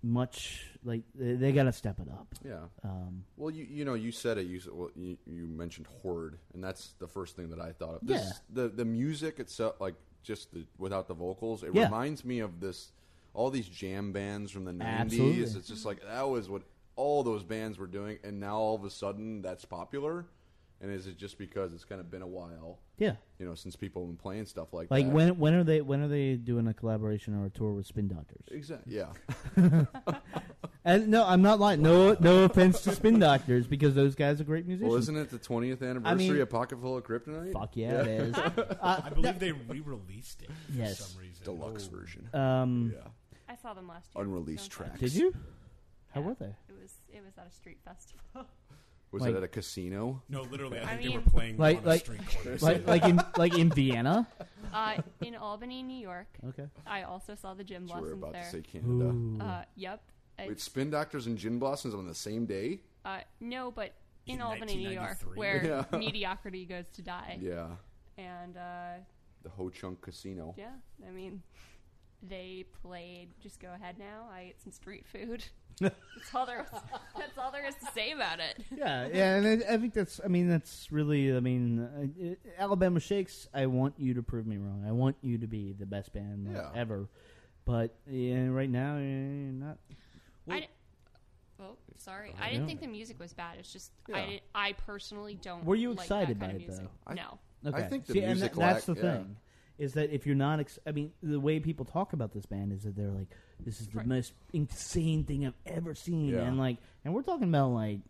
much. Like they, they got to step it up. Yeah. Um, Well, you you know you said it. You s- well, you, you mentioned horde, and that's the first thing that I thought of. This, Yeah. The the music itself, like just the without the vocals, it Yeah. reminds me of this all these jam bands from the nineties. Absolutely. It's just like that was what all those bands were doing, and now all of a sudden that's popular. And is it just because it's kind of been a while, yeah, you know, since people have been playing stuff like like that? when when are they when are they doing a collaboration or a tour with Spin Doctors? Exactly. Yeah. <laughs> And no, I'm not lying. No, no offense to Spin Doctors because those guys are great musicians. Well, isn't it the twentieth anniversary of Pocket Full of Kryptonite? Fuck yeah, <laughs> it is. I believe they re-released it for Uh, Yes. some reason. Deluxe version. Um, yeah. I saw them last year. Unreleased Sounds like- tracks. Did you? How were they? It was it was at a street festival. <laughs> Was Like- it at a casino? No, literally, I think they mean- were playing Like- on a like- street corner. <laughs> Like <laughs> like in like in Vienna. uh, in Albany, New York. Okay. I also saw the gym we were lessons about there. to say Canada. uh, yep. I- Wait, Spin Doctors and Gin Blossoms on the same day? uh, no, but in In Albany, New York, 1993. where <laughs> Yeah. mediocrity goes to die. Yeah. And uh, The Ho Chunk Casino. yeah, I mean, they played. Just go ahead now. I ate some street <laughs> food. that's all there. Was, that's all there is to say about it. Yeah, yeah, and I, I think that's. I mean, that's really. I mean, uh, it- Alabama Shakes. I want you to prove me wrong. I want you to be the best band like, Yeah. ever. But yeah, right now, eh, not. I d- oh, sorry. I, didn't think the music was bad. It's just I, Yeah. didn't, I personally don't. Were you like that excited kind by of it, music. though? I- no. Okay. think the See, and music tha- that's lack- the yeah. thing is that if you're not, ex- I mean, the way people talk about this band is that they're like, "This is the Right. most insane thing I've ever seen," Yeah. and like, and we're talking about like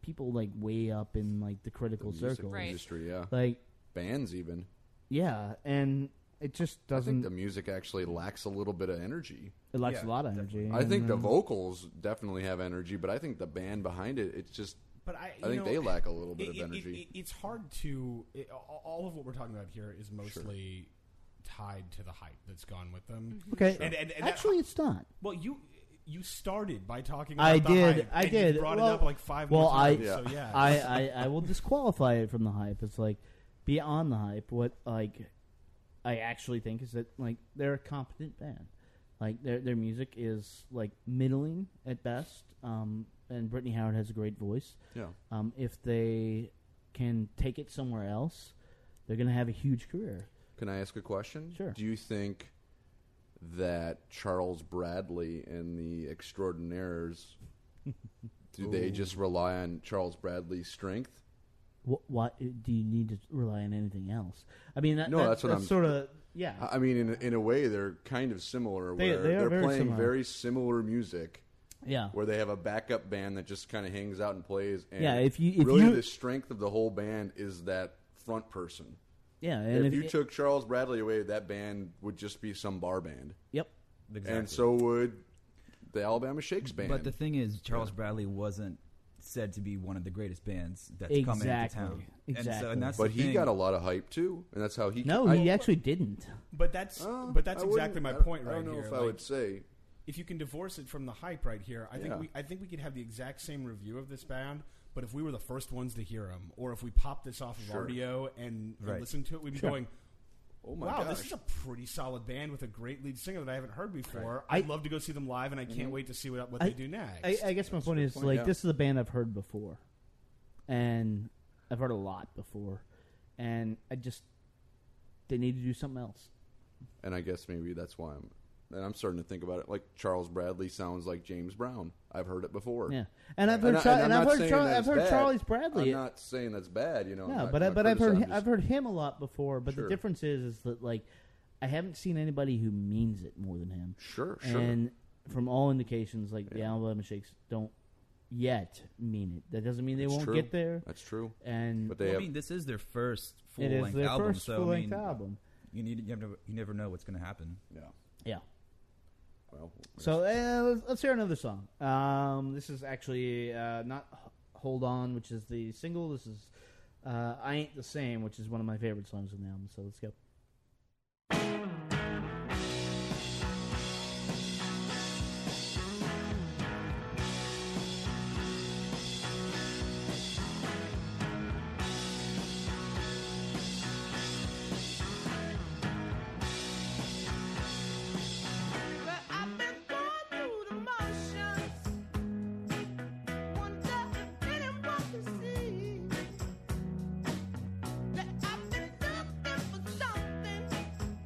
people like way up in like the critical music circles, Right. industry, yeah. like Bands even. yeah, and it just I think doesn't. the music actually lacks a little bit of energy. it lacks Yeah, a lot of energy. I think and, the uh, vocals definitely have energy, but I think the band behind it, it's just. But I, I you think know, they lack a little bit it- of it- energy. it- it's hard to. It, all all of what we're talking about here is mostly tied to the hype that's gone with them. okay, And- and- and that- Mm-hmm. actually, it's not. Well, you you started by talking. About I the did. hype, I and did. You brought well, it up like five. Well, more times, I, So yeah. I, I, I will disqualify it from the hype. It's like beyond the hype. What like I actually think is that like they're a competent band. Like their their music is like middling at best. Um, and Brittany Howard has a great voice. Yeah. Um, if they can take it somewhere else, they're gonna have a huge career. Can I ask a question? Sure. Do you think that Charles Bradley and the Extraordinaires do they just rely on Charles Bradley's strength? What, what do you need to rely on anything else? I mean, that, No, that- that's what I'm- sort of yeah. I I mean, in in a way, they're kind of similar. They- where they are are very playing similar. very similar music, yeah. where they have a backup band that just kind of hangs out and plays. And Yeah, if you- if really you- the strength of the whole band is that front person. Yeah, and if if, you took Charles Bradley away, that band would just be some bar band, yep, and so would the Alabama Shakes band. But the thing is, Charles Bradley wasn't said to be one of the greatest bands that's coming into Exactly. town. And so, Exactly. and that's But the he thing. got a lot of hype too, and that's how he. no, I- he actually didn't. but that's Uh, but that's I exactly wouldn't- my I don't- point right I don't know here. if I like, would say if you can divorce it from the hype right here, I think Yeah. we I think we could have the exact same review of this band. But if we were the first ones to hear them, or if we popped this off of Sure. RDO and, and Right. listened to it, we'd be going, Oh my "Wow, gosh. this is a pretty solid band with a great lead singer that I haven't heard before. Right. I'd love to go see them live, and I can't Mm-hmm. wait to see what what I- they do next." I, I guess my point is point, like yeah. this is a band I've heard before, and I've heard a lot before, and I just they need to do something else. and I guess maybe that's why I'm. And I'm starting to think about it. Like Charles Bradley sounds like James Brown. I've heard it before. Yeah, and I've heard I- Char- I'm and I've not heard saying Char- that I've it's heard bad. Charles Bradley. I'm not saying that's bad. You know. I'm no, not- but I, I'm not but I've heard criticizing. hi- I've heard him a lot before. But the Sure. difference is is that like I haven't seen anybody who means it more than him. Sure, sure. And from all indications, like the Alabama Shakes don't yet mean it. That doesn't mean they It's won't true. get there. That's true. And But they Well, I have. mean, this is their first full it is length their album. first so full length I mean, album. You need you never you never know what's going to happen. yeah. Yeah. Well. So uh, let's, let's hear another song. Um, this is actually uh, not H- "Hold On," which is the single. This is uh, "I Ain't the Same," which is one of my favorite songs on the album. So let's go. But I've been going through the motions. Wonder if anyone can see that I've been looking for someone.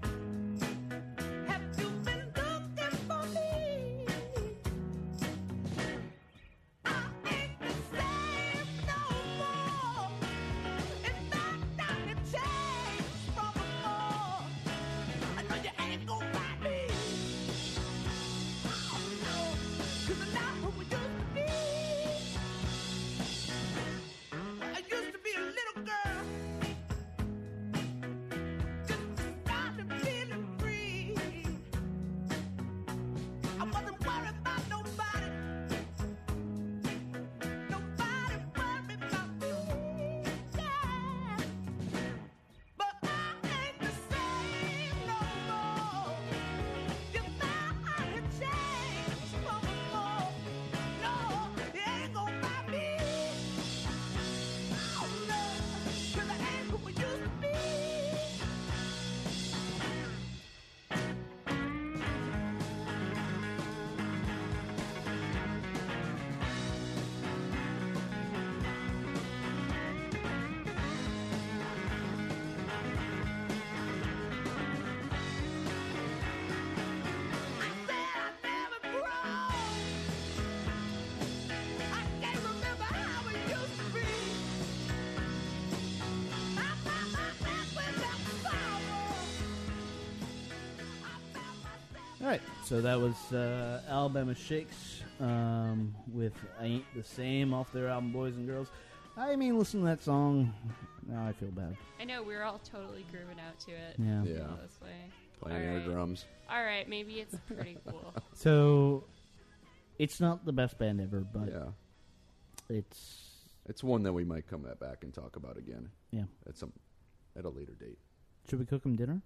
All right, so that was uh, Alabama Shakes um, with "I Ain't the Same" off their album Boys and Girls. I mean, listen to that song. Now I feel bad. I know we were all totally grooving out to it. Yeah. You Yeah. know, This way. Playing All air right. drums. All right, maybe it's <laughs> pretty cool. So it's not the best band ever, but Yeah. it's It's one that we might come at back and talk about again yeah. at some at a later date. Should we cook them dinner?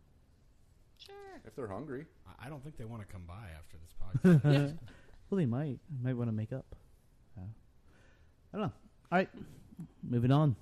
sure. If they're hungry. I- I don't think they want to come by after <laughs> <laughs> this podcast. Well, they might. They might want to make up. Uh, I don't know. All right, moving on.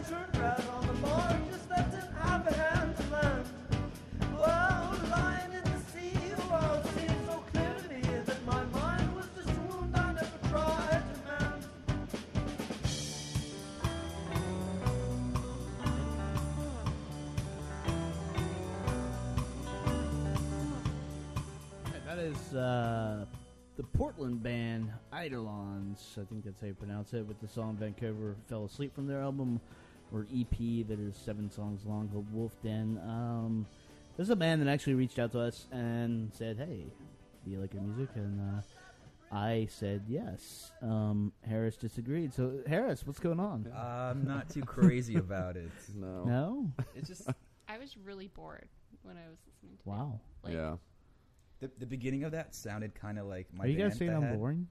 Oh, That is uh, the Portland band Eidolons. I think that's how you pronounce it. With the song "Vancouver Fell Asleep" from their album or EP that is seven songs long called Wolf Den. Um, this is a band that actually reached out to us and said, "Hey, do you like your music?" And uh, I said yes. Um, Harris disagreed. So Harris, what's going on? I'm not too crazy about it. <laughs> No. No. Uh, It's just I was really bored when I was listening to it. Wow. Like, yeah. the, the beginning of that sounded kind of like my. Are you guys band saying that I'm had- boring?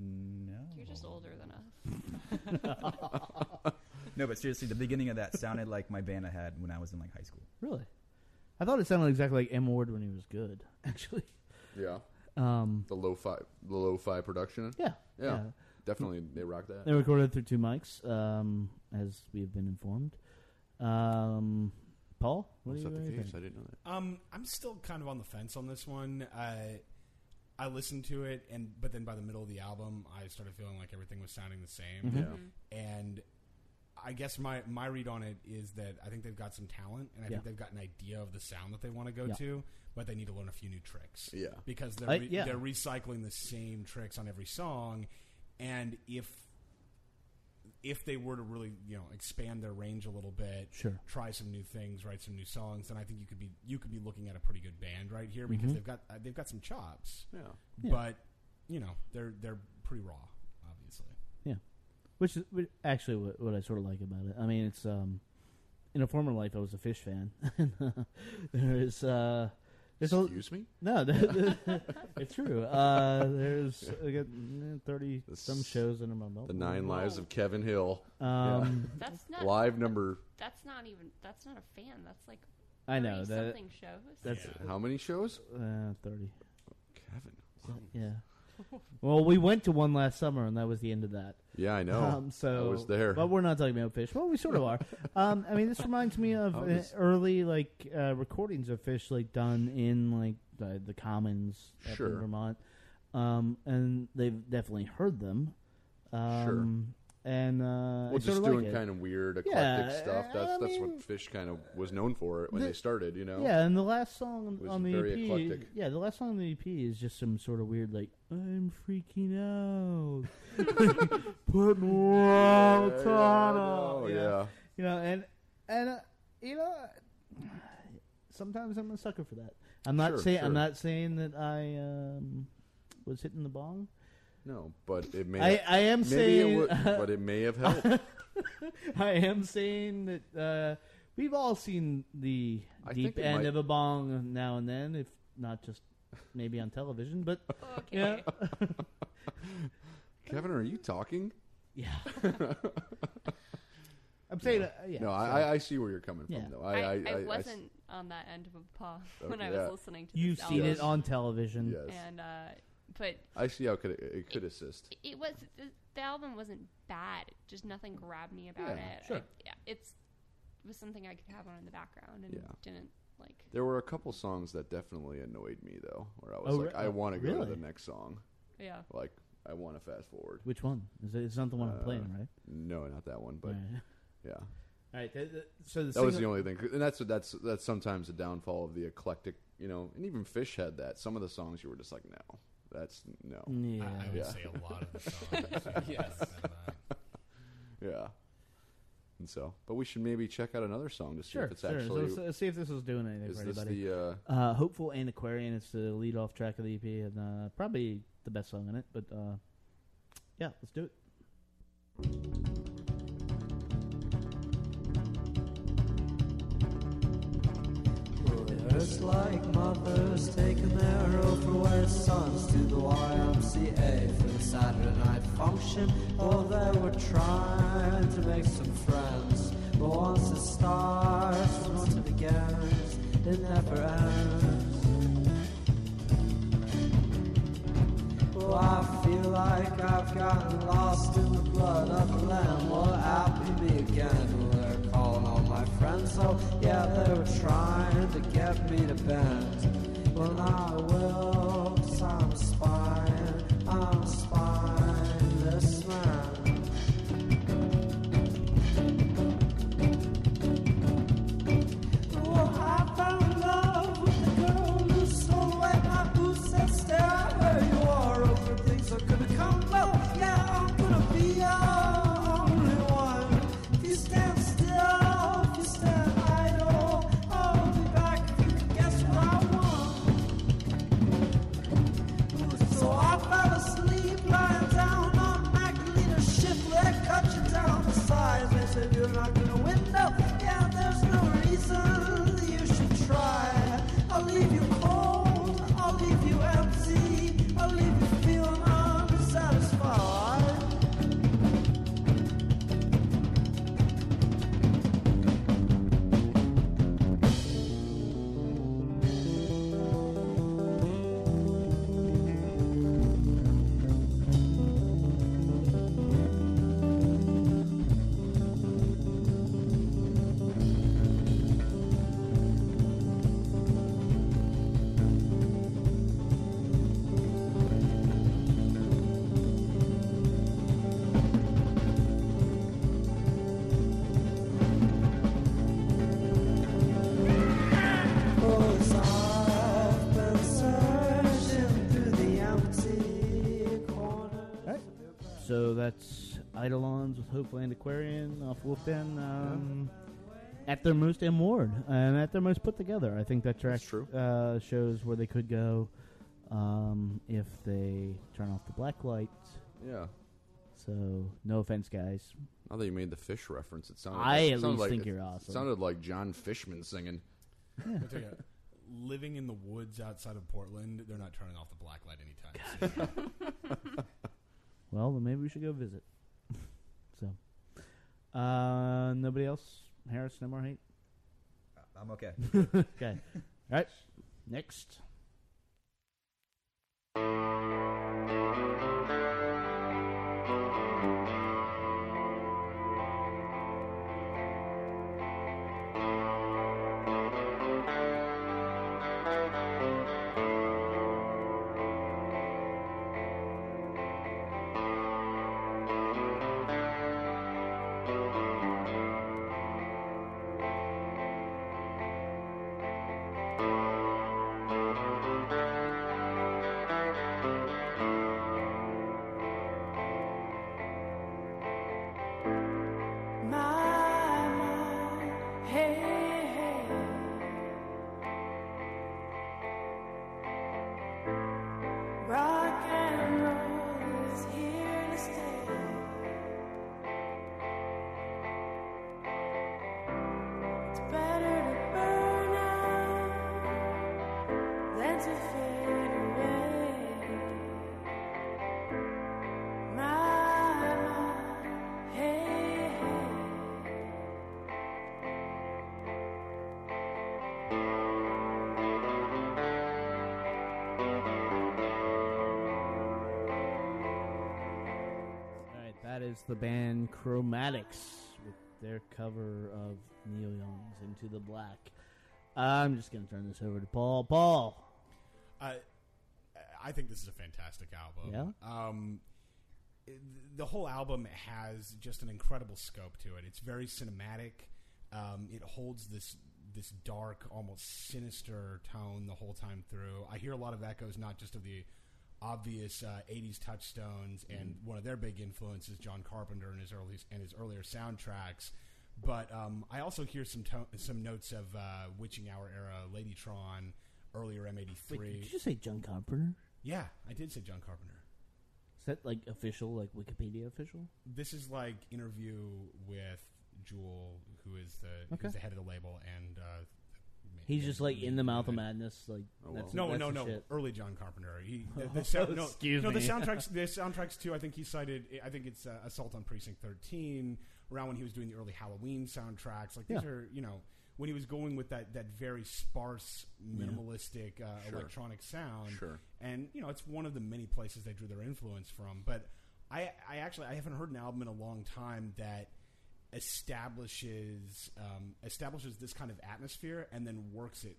No. You're just older than us. <laughs> <laughs> <laughs> No, but seriously, the beginning of that sounded like my band I had when I was in like high school. Really? I thought it sounded exactly like M Ward when he was good. <laughs> Actually. Yeah. Um, The lo fi the lo fi production. yeah. Yeah. Definitely they rock that. They recorded through two mics, um, as we have been informed. Um, Paul, what Was do that you the think? case? I didn't know that. Um, I'm still kind of on the fence on this one. I I listened to it, and but then by the middle of the album, I started feeling like everything was sounding the Mm-hmm. same. Yeah. And I guess my my read on it is that I think they've got some talent, and I Yeah. think they've got an idea of the sound that they want to go Yeah. to, but they need to learn a few new tricks. Yeah. because they're I- re- yeah. they're recycling the same tricks on every song, and if if they were to really you know expand their range a little bit, Sure. try some new things, write some new songs, then I think you could be you could be looking at a pretty good band right here because they've got uh, they've got some chops, Yeah. but you know they're they're pretty raw, obviously. Yeah, which is which, actually what, what I sort of like about it. I mean, it's um, in a former life I was a fish fan. <laughs> there is uh, there's a, Excuse me? no, <laughs> there- there- it's true. Uh, there's I got mm, thirty The some s- shows under my belt. The Nine Lives of Kevin Hill. Um, That's <laughs> not Live number That's not even. That's not a fan. That's like. I know 30 that something shows. that's how many shows? uh, thirty. Kevin. <laughs> Yeah. Well, we went to one last summer, and that was the end of that. Yeah, I know. Um, so, I was there. but we're not talking about fish. Well, we sort of <laughs> are. Um, I mean, this reminds me of I uh, was- early like uh, recordings of fish, like done in like the, the commons up in Sure. Vermont, um, and they've definitely heard them. Um, And uh, I well, just sorta like doing it. kind of weird eclectic Yeah, stuff. I- That's I that's mean- what Fish kind of was known for when The- they started. You know. Yeah, and the last song on- was on the E very EP, eclectic. yeah, the last song on the EP is just some sort of weird like I'm freaking <laughs> out, putting Yeah, walls yeah, I on know, all- yeah. you know, and and uh, you know, <sighs> sometimes I'm a sucker for that. I'm not Sure, saying sure. I'm not saying that I um, was hitting the bong. No, but it may. I I am maybe saying it <laughs> would, but it may have helped. <laughs> I am saying that uh, we've all seen the I think deep it end might- of a bong now and then, if not just maybe on television, <laughs> but okay. yeah, <laughs> <laughs> Kevin, are you talking? yeah. I'm saying, uh, yeah. No, I, I- I see where you're coming from, Yeah. though. I, I, I, I- I- wasn't on that end of a paw <laughs> when I Okay, was yeah. listening to You've this seen album. it on television. yes. and uh, but I see how it could, it could assist. it- it was the, the album wasn't bad. Just nothing grabbed me about Yeah, it. sure. I, yeah, it's it was something I could have on in the background and Yeah. didn't like. There were a couple songs that definitely annoyed me, though, where I was Oh, like, re- I want to go to really? the next song. Yeah, Like, I want to fast forward. Which one? Is it, it's not the one I'm Uh, playing, right? No, not that one, but All right. yeah. <laughs> All right. th- th- so the That was the single- only thing, and that's that's that's sometimes the downfall of the eclectic, you know. And even Fish had that. Some of the songs you were just like, no, that's no, Yeah. I, I would say a lot of <laughs> the songs. yes. yeah. And so, but we should maybe check out another song to see sure. if it's sure. actually so, so, let's see if this was doing anything is for this anybody. the uh, Uh, Hopeful Antiquarian. It's the lead off track of the EP and uh, probably the best song in it. But uh, yeah, let's do it. Just like mothers taking their overweight sons to the YMCA for the Saturday night function. Or they were trying to make some friends. But once it starts, once it begins, it never ends. Well, Oh, I feel like I've gotten lost in the blood of the land. Will it happen to me again? Well, they're calling all my friends. So, yeah, they were trying to get me to bend. Well, I will, 'cause I'm spying, I'm spying this man. Well, I fell in love with the girl who stole away my boots and stare where you are. Over things are gonna come. Well, yeah, I'm gonna be your only one. If you stand still, if you stand idle, I'll be back if you can guess what I want. So I fell asleep lying down on my leader shift leg, cut you down the sides. They said you're not gonna win no. Yeah, there's no reason you should try. I'll leave you cold, I'll leave you empty, I'll leave you feeling unsatisfied. I've been searching through the empty corners. So that's Eidolons with Hopeful Antiquarian off Wolfden. Um, At their most immored and at their most put together. I think that track That's true. Uh, shows where they could go um, if they turn off the black light. yeah? So, no offense, guys. Now that you made the fish reference, it sounded. I it at sounded least like, think it you're awesome. Sounded like John Fishman singing. uh, Living in the woods outside of Portland, they're not turning off the black light anytime soon. Well, then maybe we should go visit. <laughs> so, uh, nobody else? Harris, no <laughs> more hate? I'm okay. Okay. All right. Next. Hey, hey. All right, that is the band Chromatics with their cover of Neil Young's Into the Black. I'm just going to turn this over to Paul. Paul, Uh, I think this is a fantastic album. Yeah. Um, it- the whole album has just an incredible scope to it. It's very cinematic. Um, it holds this this dark, almost sinister tone the whole time through. I hear a lot of echoes, not just of the obvious uh, '80s touchstones, and one of their big influences, John Carpenter, and his early and his earlier soundtracks. But um, I also hear some to- some notes of uh, Witching Hour era, Ladytron, earlier M83. wait, did you say John Carpenter? Yeah, I did say John Carpenter. Is that like official, like Wikipedia official? This is like interview with Jewel, who is the Okay. who's the head of the label, and uh, He's just like in the mouth of man. madness, like Oh, that's, No, that's no, the no. shit. Early John Carpenter. <laughs> He, the, the sound, no, Excuse no, the me. <laughs> soundtracks. The soundtracks too. I think he cited. I think it's uh, Assault on Precinct Thirteen. Around when he was doing the early Halloween soundtracks, like these Yeah. are you know when he was going with that that very sparse, minimalistic uh, Sure. electronic sound. Sure. And you know it's one of the many places they drew their influence from. But I, I actually I haven't heard an album in a long time that establishes um, establishes this kind of atmosphere and then works it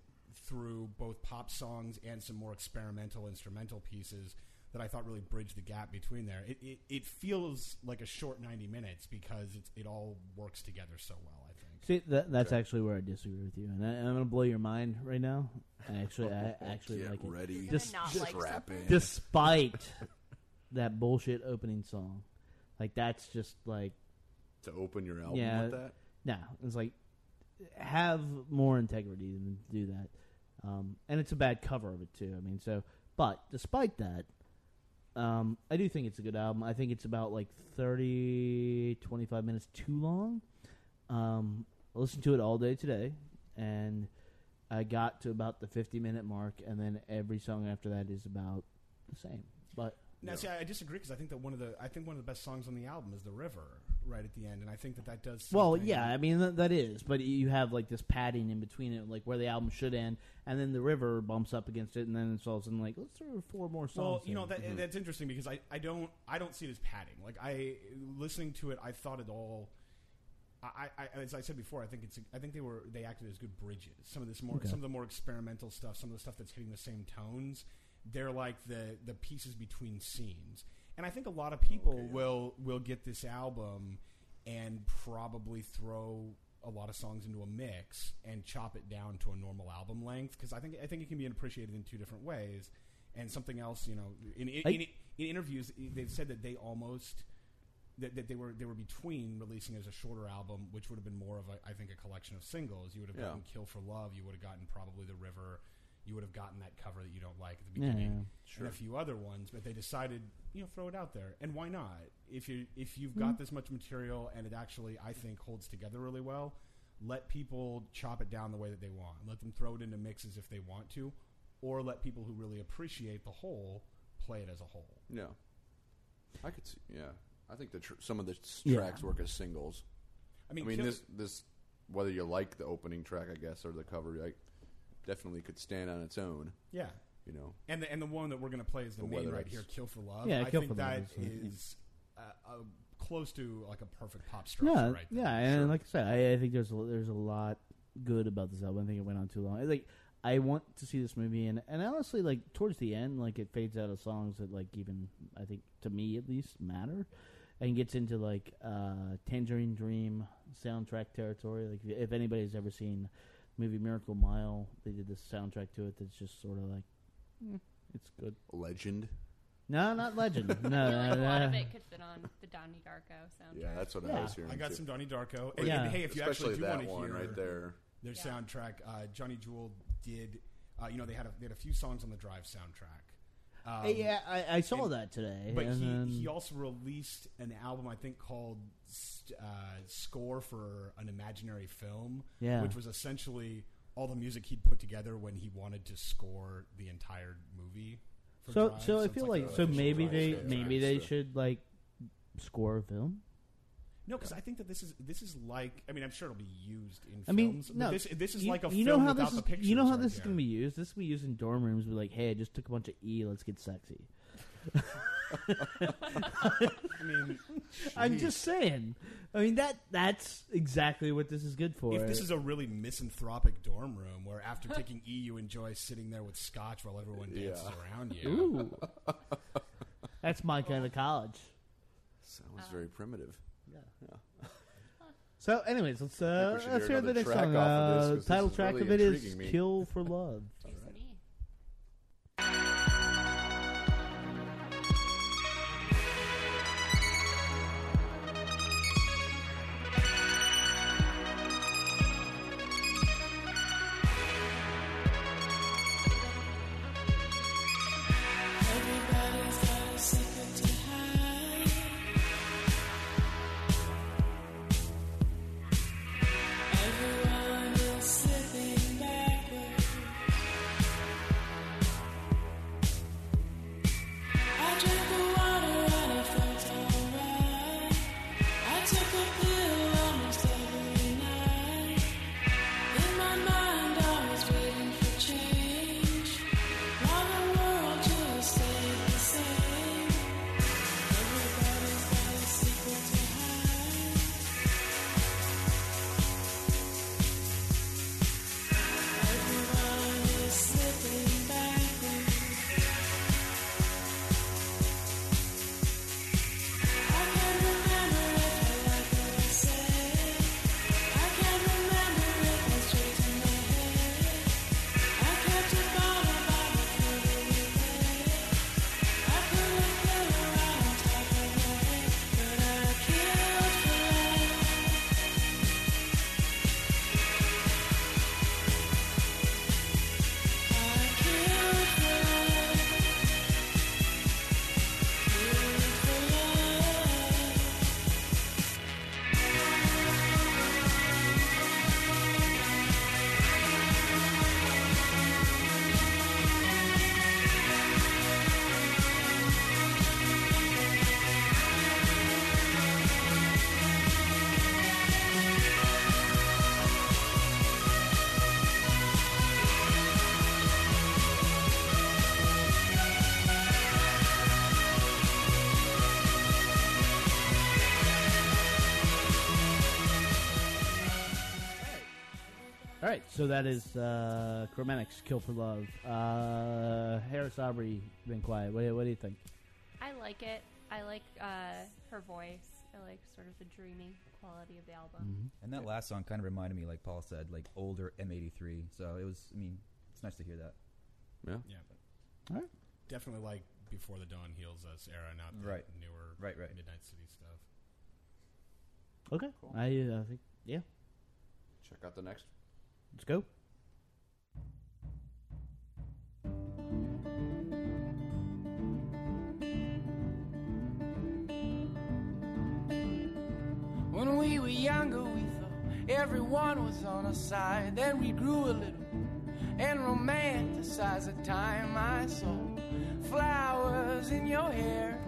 through both pop songs and some more experimental instrumental pieces that I thought really bridged the gap between there. It it, it feels like a short ninety minutes because it's, it all works together so well. I think. See, that, that's actually where I disagree with you, and I, I'm gonna blow your mind right now. I actually, I <laughs> actually Get like it. ready. Just- Just not like strap in. despite <laughs> that bullshit opening song. Like that's just like to open your album Yeah. with that. no. It's like have more integrity than to do that. Um, and it's a bad cover of it too. I mean, so but despite that, um, I do think it's a good album. I think it's about like 30, 25 minutes too long. Um, I listened to it all day today, and I got to about the fifty minute mark, and then every song after that is about the same. But Now, see, I I disagree because I think that one of the I think one of the best songs on the album is "The River" right at the end, and I think that that does. Well, something- yeah, I mean th- that is, but you have like this padding in between it, like where the album should end, and then the river bumps up against it, and then it's all of a sudden like let's throw four more songs. Well, you in. Mm-hmm. know that that's interesting because I, I don't I don't see it as padding. Like I listening to it, I thought it all. I, I as I said before, I think it's I think they were they acted as good bridges. Some of this more some of the more experimental stuff, some of the stuff that's hitting the same tones. They're like the the pieces between scenes, and I think a lot of people will will get this album and probably throw a lot of songs into a mix and chop it down to a normal album length because I think I think it can be appreciated in two different ways. And something else, you know, in in, I- in, in interviews they've said that they almost that, that they were they were between releasing as a shorter album, which would have been more of a I think a collection of singles. You would have Yeah. gotten Kill for Love, you would have gotten probably The River, you would have gotten that cover that you don't like at the Yeah, yeah, beginning, yeah. and a few other ones. But they decided you know throw it out there, and why not? If you if you've Mm-hmm. got this much material and it actually I think holds together really well, let people chop it down the way that they want. Let them throw it into mixes if they want to, or let people who really appreciate the whole play it as a whole. Yeah, I could see. Yeah, I think the tr- some of the s- Yeah. tracks work as singles. I I mean, mean, Kill- this this whether you like the opening track, I guess, or the cover, I definitely could stand on its own. yeah. You know, And the, and the one that we're going to play is the Or main whether right it's- here, Kill for Love. Yeah, I Kill think for Love that is the- yeah. is uh, uh, close to like a perfect pop structure yeah, right there. yeah, and like I said, I, I think there's a, there's a lot good about this album. I think it went on too long. Like I want to see this movie, and and honestly, like towards the end, like it fades out of songs that like even I think to me at least matter, and gets into like uh, Tangerine Dream soundtrack territory. Like if, if anybody's ever seen the movie Miracle Mile, they did this soundtrack to it that's just sort of like, mm, it's good. Legend. No, not Legend. No, I feel like a lot no, of no. Um, it could fit on the Donnie Darko soundtrack. Yeah, that's what I Yeah. was hearing. I got too. some Donnie Darko. And, Yeah. and hey, if you especially actually do that want to one hear right there. their Yeah. soundtrack, uh, Johnny Jewel did. Uh, you know, they had a, they had a few songs on the Drive soundtrack. Um, yeah, I, I saw and- that today. But and he, then- he also released an album, I think, called S- uh, Score for an Imaginary Film, Yeah. which was essentially all the music he'd put together when he wanted to score the entire movie. for So, Drive. so I it's feel like like a- so official maybe Drive they soundtrack, maybe they so- should like score a film. No, because I think that this is this is like. I mean, I'm sure it'll be used in. I mean, films, but no. this this is you, like a you film know how without this is, the pictures. You know how right this is there. gonna be used. This will be used in dorm rooms. Be like, hey, I just took a bunch of E. Let's <laughs> get sexy. <laughs> I mean, I'm jeez. just saying. I mean that that's exactly what this is good for. If this is a really misanthropic dorm room where after <laughs> taking E, you enjoy sitting there with scotch while everyone dances around you. Ooh. <laughs> that's my kind of college. Sounds very primitive. So, anyways, let's uh, we should let's hear hear the another next track song. off of this, Uh, 'cause this title is track really of it is intriguing me. "Kill for Love." Excuse me. All right, so that is uh, Chromatics "Kill for Love." Uh, Harris Aubrey, been quiet. What, do- what do you think? I like it. I like uh, her voice. I like sort of the dreamy quality of the album. Mm-hmm. And that last song kind of reminded me, like Paul said, like older M83. So it was, I mean, it's nice to hear that. Yeah, but All right. definitely like before the dawn heals us era, not the Right. newer Right, right. Midnight City stuff. Okay, I uh, think yeah. Check out the next. Let's go. When we were younger, we thought everyone was on our side. Then we grew a little and romanticized the time I saw flowers in your hair.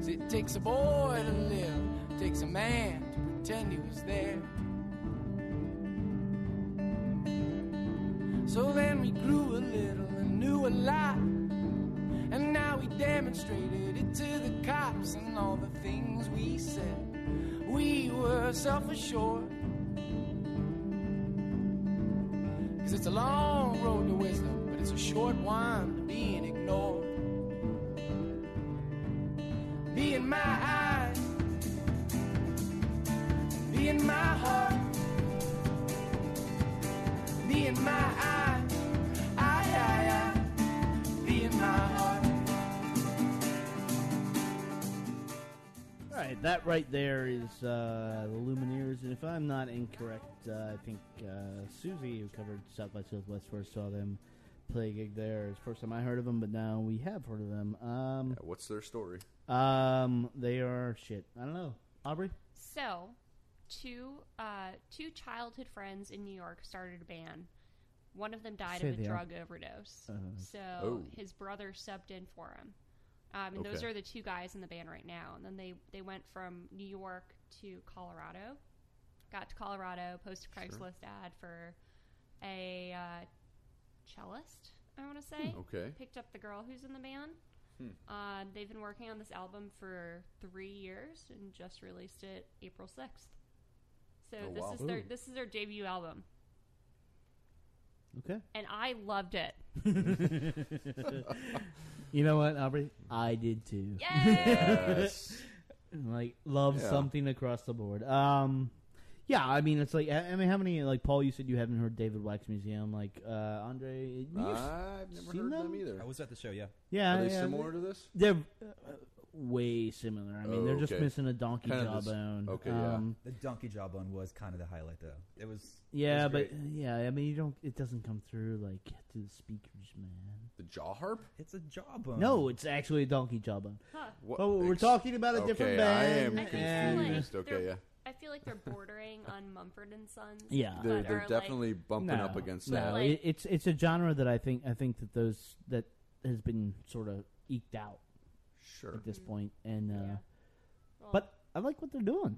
See, it takes a boy to live, takes a man to pretend he was there. So then we grew a little and knew a lot. And now we demonstrated it to the cops and all the things we said. We were self assured. Cause it's a long road to wisdom, but it's a short one to being ignored. Be in my eyes, be in my heart, be in my eyes. Aye, aye, aye be in my heart. All right, that right there is uh, the Lumineers, and if I'm not incorrect, uh, I think uh, Susie, who covered South by Southwest, first saw them play a gig there. It's the first time I heard of them, but now we have heard of them. Um, Yeah, what's their story? um, they are shit. I don't know, Aubrey. So, two uh, two childhood friends in New York started a band. One of them died Say of a they are. drug overdose, so Oh. his brother subbed in for him. Um, and those Okay. are the two guys in the band right now. And then they, they went from New York to Colorado. Got to Colorado, posted a Craigslist ad for a uh, cellist, I want to say. Okay. Hmm. Picked up the girl who's in the band. Uh, they've been working on this album for three years and just released it April 6th. So Oh, this wow. is their Ooh. this is their debut album, Okay. and I loved <laughs> it. <laughs> You know what, Aubrey? I did too. Yay! <laughs> Yes. Like love Yeah. something across the board. Um, yeah. I mean, it's like I I mean, how many like Paul? You said you haven't heard David Wax Museum. Like uh, Andre, you've- I've never Seen heard them? them either. I was at the show. Yeah, yeah, Uh, Are they yeah, similar to this? They're uh, way similar. I mean, Oh, they're just okay. missing a donkey Kind of this- jawbone. okay, yeah. Um, the donkey jawbone was kind of the highlight, though. It was. yeah, it was but great. yeah, I mean, you don't. It doesn't come through like to the speakers, man. The jaw harp? it's a jawbone. No, it's actually a donkey jawbone. What? But we're Ex- talking about a okay, different I band. am I feel and- like confused. Okay, they're- yeah. I feel like they're <laughs> bordering on Mumford and Sons. Yeah. They're, but they're are, definitely bumping no, up <laughs> against no, that. Like- it- it's it's a genre that I think I think that those that has been sort of eked out Sure. at this point, and uh, Like, yeah. Well, but I like what they're doing.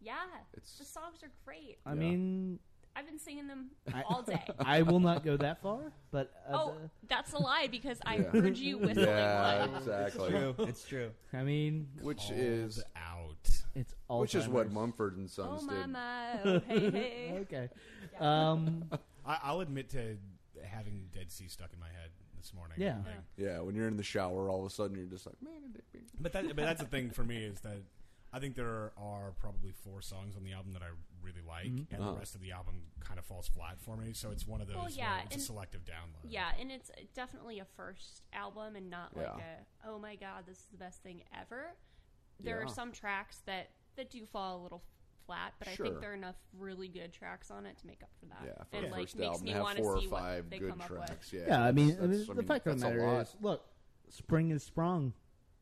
yeah, It's- the songs are great. I Yeah. mean, I've been singing them all <laughs> day. I will not go that far, but uh, oh, that's a lie because I Yeah. heard <laughs> you whistling Yeah, one. It's exactly. true. It's true. I mean, Which Called is out. it's all which is what Mumford and Oh Sons my did. my, oh hey hey. Okay, Yeah. um, <laughs> I, I'll admit to having Dead Sea stuck in my head this morning. Yeah. Like, Yeah. Yeah, when you're in the shower, all of a sudden you're just like, man, it did be-" But that, but that's the thing for me is that I think there are probably four songs on the album that I really like, and Uh-huh. the rest of the album kind of falls flat for me. So it's one of those. Well, where yeah, it's and- a selective download. Yeah, and it's definitely a first album and not like Yeah. a oh my god, this is the best thing ever. There are Yeah. some tracks that that do fall a little f- flat, but I Sure. think there are enough really good tracks on it to make up for that. Yeah, for and the like first makes album, me have want to four or see five what they good come up with. tracks. Yeah, yeah, I mean, that's- that's- the I mean, fact of that's the a matter lot. is, look, spring is sprung.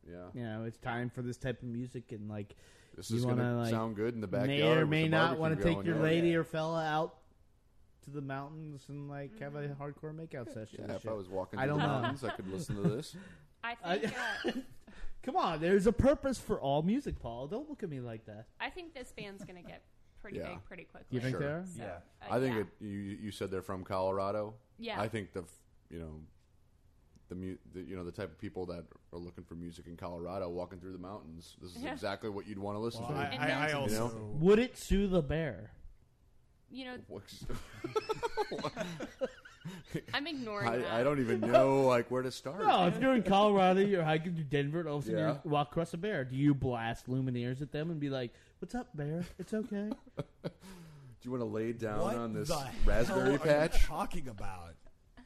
yeah, You know, it's time for this type of music, and like, this you is going to wanna, like, sound good in the backyard. may or with may the not want to barbecue take your going, yeah. lady or fella out to the mountains and like have a hardcore makeout session. Yeah, and if shit. I was walking I through the don't know. mountains, I could listen to <laughs> this. I think uh, <laughs> Come on, there's a purpose for all music, Paul. Don't look at me like that. I think this band's gonna get pretty Yeah. big pretty quickly. You think Sure. they are? So, Yeah. uh, I think yeah. it, you you said they're from Colorado. Yeah. I think the f- you know the, mu- the you know the type of people that are looking for music in Colorado, walking through the mountains. This is Yeah. exactly what you'd want to listen Well, to. I, And I, then- I also Oh. Would it sue the bear? you know, What's- I'm ignoring that. I, I <laughs> don't even know like where to start. No, if <laughs> you're in Colorado, you're hiking to Denver, and all of a sudden Yeah. you walk across a bear. Do you blast lumineers at them and be like, "What's up, bear? It's okay." Do you want to lay down What on this the hell raspberry are you patch talking about.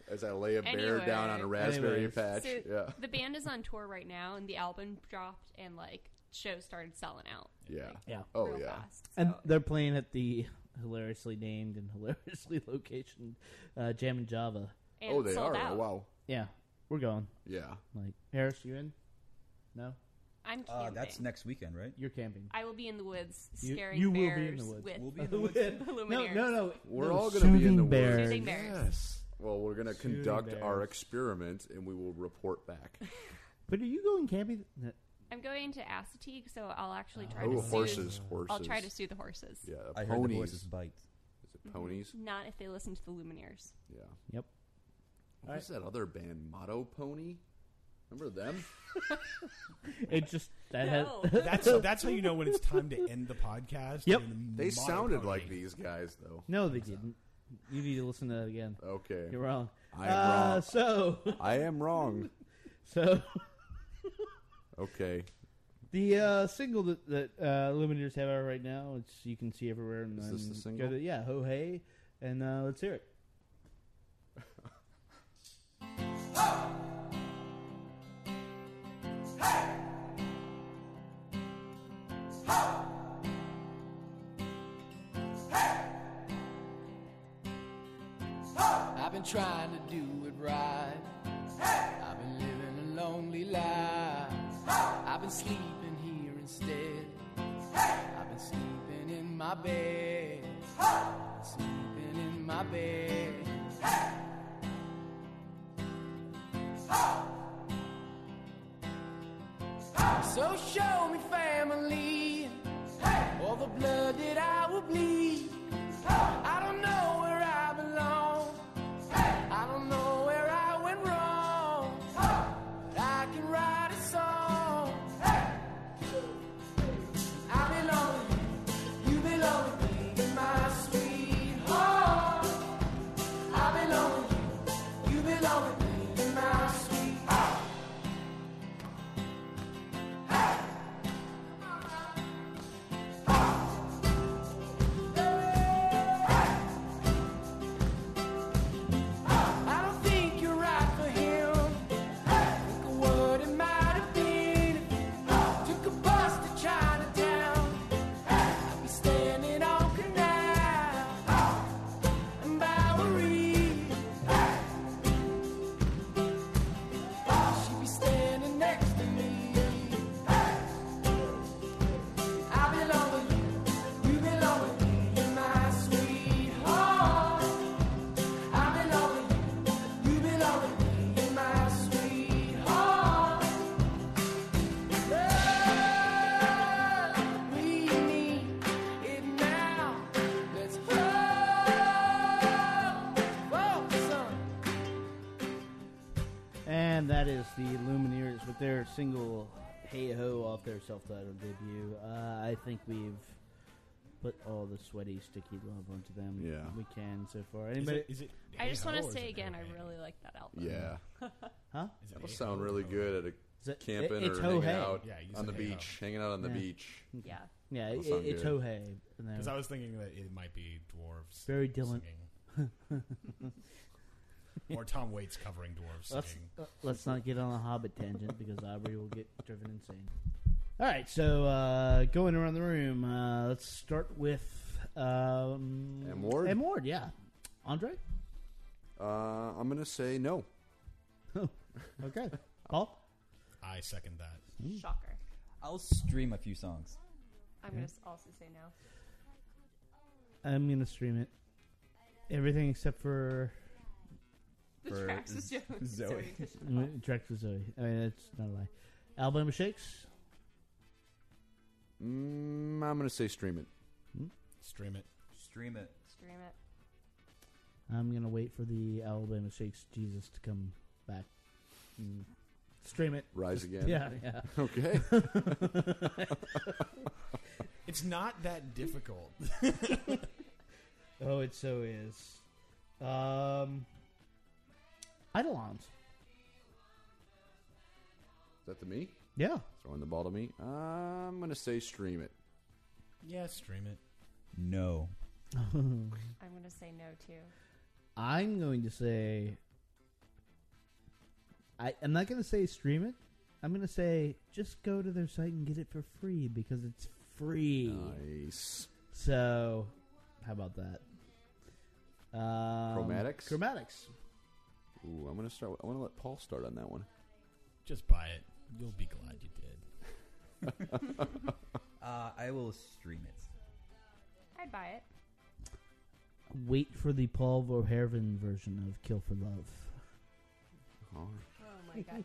as I lay a bear Anyway. down on a raspberry Anyways. patch? So yeah, the band is on tour right now, and the album dropped, and like shows started selling out. yeah, Yeah. Oh real yeah, fast. And so- they're playing at the hilariously named and hilariously <laughs> located uh, Jam and Java. and oh it they sold are. Out. Oh, wow, Yeah, we're going. yeah. Like Harris, you in? No, I'm camping. Uh, that's next weekend, right? you're camping. I will be in the woods You- scaring you will be bears in the woods. with <laughs> We'll be in the woods. no, luminaires. no, no. We're No, all going to be in soothing the bears. woods. Soothing bears. Yes. Well, we're going to Soothing conduct our bears. experiment, and we will report back. But are you going camping? No, I'm going to Assateague, so I'll actually <laughs> try Oh, to horses, soothe. horses. I'll try to sue the horses. Mhm. Yeah, I heard the ponies. horses bite. Is it ponies? Not if they listen to the Lumineers. Yeah. Yep. What was that other band? Motto Pony. Remember them? <laughs> It just that <laughs> No. <laughs> had, That's that's how you know when it's time to end the podcast. Yep. And They sounded monotony. like these guys, though. no, they didn't. You need to listen to that again. Okay. You're wrong. I am uh, wrong. So, I am wrong. <laughs> so Okay. the uh, single that, that uh, Lumineers have out right now, it's you can see everywhere. And Is this then the Go single? to, yeah, ho hey, and uh, let's hear it. I've been trying to do it right. I've been living a lonely life. I've been sleeping here instead. I've been sleeping in my bed. Sleeping in my bed. So show me family, all the blood that I will bleed. I don't know where I belong, I don't know where I went wrong. But I can write a song. I belong with you, you belong with me in my sweet home. I belong with you, you belong with me in my sweet home. I don't think you're right for him. Think of what it might have been. Took a bus to Chinatown. I'd be standing on Canal and Bowery. She'd be standing next to me. I belong with you. You belong with me in my sweet home. I belong with you. You belong with me in my sweet home. Love, we need it now. Let's hope, hope, son. And that is the Lumineers with their single Hey Ho off their self titled debut. Uh, I think we've put all the sweaty, sticky love onto them Yeah. we can so far. Is Anybody? it, is it I just want A-Ho to or is say it again, I A-Ho? really like that album. Yeah, huh? Is it that'll A-Ho sound or really A-Ho? good at Is it- a camping it- it's or ho hanging hey. out Yeah, you on the said hey, beach, hanging out on the Yeah. beach. Yeah. Yeah, it, That'll sound it's good. Ho Hey. and Because they're- I was thinking that it might be dwarves. Very Dylan. <laughs> singing. or Tom Waits covering dwarves Let's, singing. uh, let's not get on a Hobbit tangent because Aubrey will get driven insane. All right, so uh, going around the room, uh, let's start with um, M. Ward? M. Ward, yeah. Andre? Uh, I'm gonna say no. Okay. Paul? I second that. <laughs> Shocker. I'll stream a few songs. <laughs> I'm going to also say no. I'm going to stream it. Everything except for The For tracks is Z- Joey. Zoe. Oh Direct to Zoe. I mean, that's not a lie. Alabama Shakes? Mm, I'm gonna say stream it. Hmm? Stream it. Stream it. Stream it. I'm going to wait for the Alabama Shakes Jesus to come back. Mm. Stream it. Rise again. Yeah, yeah. <laughs> Okay. It's not that <laughs> difficult. <laughs> Oh, it so is. Um, Eidolons. Is that to me? Yeah. Throwing the ball to me. I'm gonna say stream it. yeah, stream it. No. I'm going to say no too. I'm going to say. I, I'm not going to say stream it. I'm going to say just go to their site and get it for free because it's free. Nice. So, <laughs> how about that? Um, Chromatics? Chromatics. Ooh, I'm gonna start. I want to let Paul start on that one. Just buy it. You'll be glad you did. <laughs> Uh, I will stream it. I'd buy it. Wait for the Paul Verhoeven version of Kill for Love. All right. Oh my <laughs> god.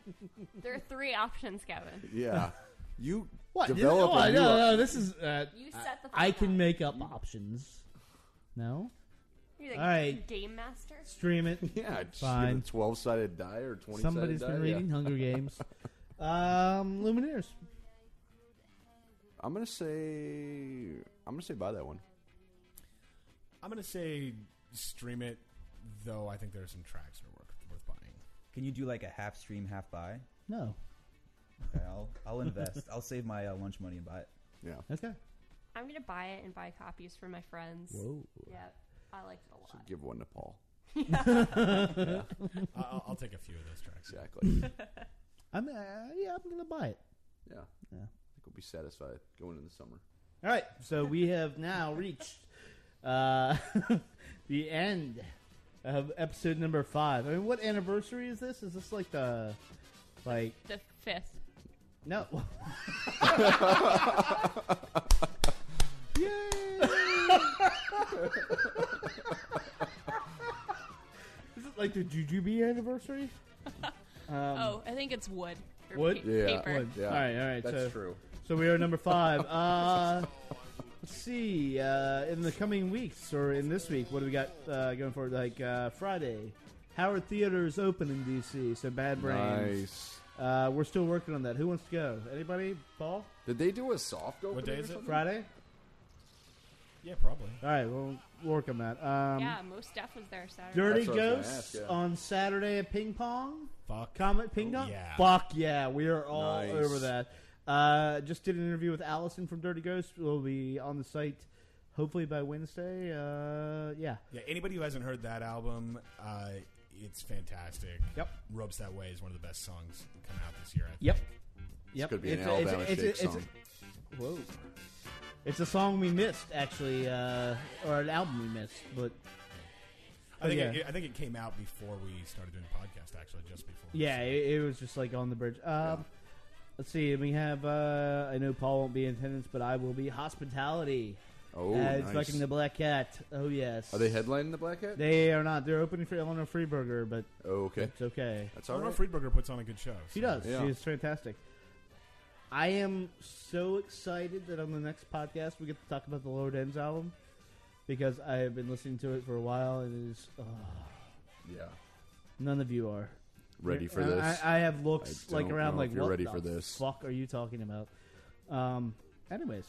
there are three options, Gavin. Yeah. You What? develop. What? a new- no, no, this is. Uh, You set the fuck I up. can make up options. No? You're like All right. game master. Stream it. <laughs> Yeah, Fine. Twelve sided die or twenty. Somebody's been reading <laughs> Hunger Games. Um, Lumineers. I'm gonna say. I'm gonna say buy that one. I'm going to say stream it, though I think there are some tracks that are worth, worth buying. Can you do like a half stream, half buy? No. Okay, I'll I'll invest. I'll save my uh, lunch money and buy it. Yeah. Okay. I'm going to buy it and buy copies for my friends. Whoa. Yep. I liked it a lot. Should give one to <laughs> Paul. I- I'll, I'll take a few of those tracks. Exactly. <laughs> I'm uh, yeah. I'm gonna buy it. Yeah. I Yeah. think we'll be satisfied going into the summer. All right. So we have now reached uh, <laughs> the end of episode number five. I mean, what anniversary is this? Is this like the like The fifth. <laughs> no? <laughs> Is it like the Jujube anniversary? oh, I think it's wood. or Um, Wood? pa- Yeah. paper. Wood. Yeah. All right, all right. That's so, true. So we are number five. <laughs> Uh, let's see. Uh, in the coming weeks or in this week, what do we got uh, going forward? Like uh, Friday, Howard Theater is open in DC. So Bad Brains. Nice. Uh, we're still working on that. Who wants to go? Anybody? Paul? Did they do a soft opening? day or is it? something? Friday? Yeah, probably. All right, we'll we'll work on that. Um, yeah, most stuff was there Saturday. Dirty That's what I was gonna Ghosts ask, yeah. on Saturday at Ping Pong. Fuck. Comet Ping Oh, Pong? yeah. Fuck yeah. We are all Nice. over that. Uh, just did an interview with Allison from Dirty Ghost. We'll be on the site hopefully by Wednesday. Uh, yeah. Yeah, anybody who hasn't heard that album, uh, it's fantastic. Yep. Ropes That Way is one of the best songs coming out this year. I think. Yep. Yep. could be an a- Alabama a- Shake a- it's a- song. whoa. It's a song we missed, actually, uh, or an album we missed, but I think, Oh, Yeah. it, I think it came out before we started doing the podcast, actually, just before. Yeah, it, it was just like on the bridge. Um, Let's see. We have. Uh, I know Paul won't be in attendance, but I will be. Hospitality. Oh, as nice. fucking the Black Cat. Oh yes. Are they headlining the Black Hat? They are not. They're opening for Eleanor Freeburger, but oh, okay. it's okay. That's all Eleanor right. Friedberger puts on a good show. so- She does. Yeah. She's fantastic. I am so excited that on the next podcast we get to talk about the Lord Ends album because I have been listening to it for a while and it is. Oh, Yeah. none of you are. Ready for And this. I, I have looks I like don't around know like if you're what ready the for this." fuck are you talking about? Um. Anyways,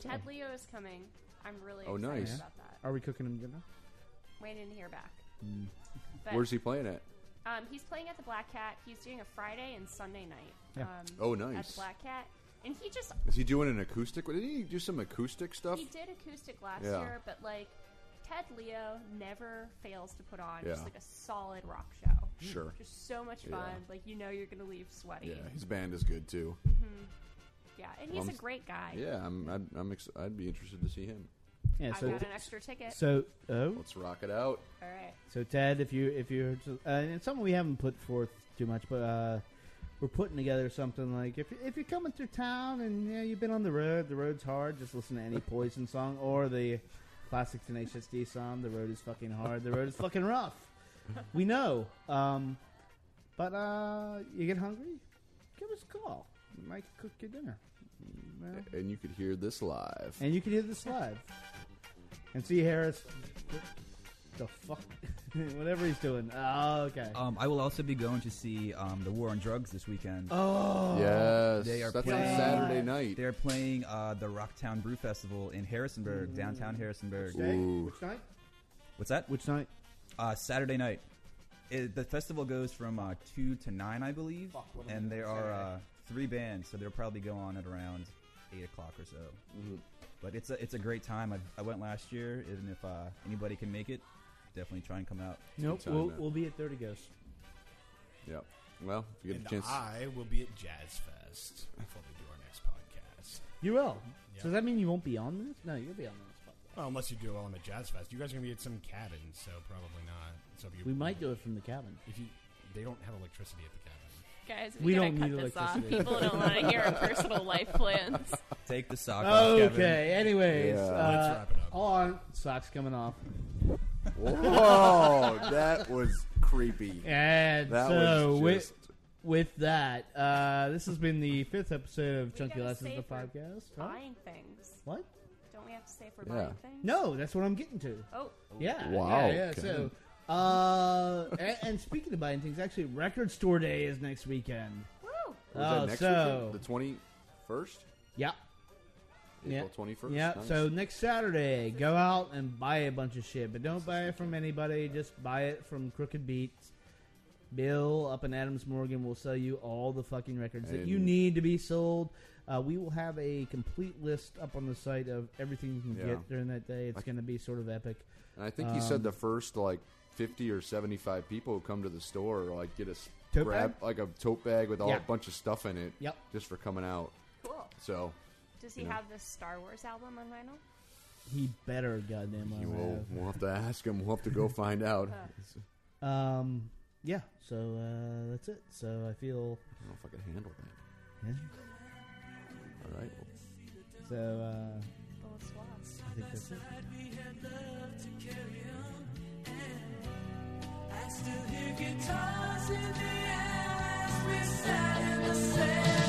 Ted Leo is coming. I'm really Oh, excited nice. about that. are we cooking him dinner? Waiting to hear back. Mm. But, Where's he playing at? Um, he's playing at the Black Cat. He's doing a Friday and Sunday night. Yeah. Um, Oh, At nice. the Black Cat, and he just Is he doing an acoustic? Did he do some acoustic stuff? he did acoustic last Yeah. year, but like Ted Leo never fails to put on Yeah. Mm. just like a solid rock show. Sure. Just so much Yeah. fun. Like you know you're gonna leave sweaty. Mm-hmm. Yeah, his band is good too. Yeah, and he's I'm a s- great guy. Yeah, I'm. I'd, I'm. Ex- I'd be interested to see him. Yeah. I So. got an extra ticket. So. Oh. Let's rock it out. All right. So Ted, if you if you uh, and it's something we haven't put forth too much, but uh, we're putting together something like if if you're coming through town and you know, you've been on the road, the road's hard. Just listen to any Poison song or the classic Tenacious D song. The road is fucking hard. The road is fucking rough. We know. Um, but uh, you get hungry, give us a call. We might cook your dinner. Well, And you could hear this live. and you can hear this live and see Harris. The fuck, <laughs> whatever he's doing. Oh, okay. Um, I will also be going to see um, the War on Drugs this weekend. Oh, yes, They are that's playing- on Saturday night. They're playing uh, the Rocktown Brew Festival in Harrisonburg, downtown Harrisonburg. Mm. Which, day? Ooh. Which night? What's that? Which night? Uh, Saturday night. It, the festival goes from uh, two to nine, I believe, and there are uh, three bands, so they'll probably go on at around eight o'clock or so. Mm-hmm. But it's a it's a great time. I, I went last year, and if uh, anybody can make it, definitely try and come out. Nope. time, We'll, man. we'll be at Thirty Ghosts. Yep. Well, if you get And a chance, I will be at Jazz Fest before we do our next podcast. You will. Yeah. So does that mean you won't be on this? No, you'll be on this. podcast. Well, unless you do it while I'm at Jazz Fest. You guys are going to be at some cabin, so probably not. So if you, We might do it from the cabin. If you, they don't have electricity at the cabin. Guys, We we, gotta don't cut need this off. electricity. People don't want to hear our personal life plans. Take the sock off, Kevin. Okay. Anyways, Yeah. Let's uh, wrap it up. hold on. Socks coming off. <laughs> whoa, that was creepy. And That so was with just. with that, uh, this has been the fifth episode of We Chunky gotta Lessons the save for podcast. Huh? Buying things. What? Don't we have to say if we're Yeah. buying things? No, that's what I'm getting to. Oh, Yeah. Wow, Yeah. yeah. okay. So, uh, and, and speaking of buying things, actually, Record Store Day is next weekend. woo! what was oh, that next so weekend? The twenty first, yeah, Yeah. April twenty first. yeah. So next Saturday, go out and buy a bunch of shit, but don't buy it from anybody. Just buy it from Crooked Beats. Bill up in Adams Morgan will sell you all the fucking records that you And- need to be sold. Uh, we will have a complete list up on the site of everything you can Yeah. get during that day. It's going to be sort of epic. and Um, I think he said the first like fifty or seventy five people who come to the store like get a s- Tote grab like a tote bag with all Yeah. a bunch of stuff in it. Yep. Just for coming out. Cool. So Does he You know. have the Star Wars album on vinyl? He better goddamn well you will. have. We'll have to ask him. We'll have to go <laughs> find out. I Um, yeah. So uh, that's it. So I feel. don't know if I can handle that. Yeah. All right. Well, So uh, Full of swabs. I think that's it. I still hear guitars in the atmosphere. me sad in the sand.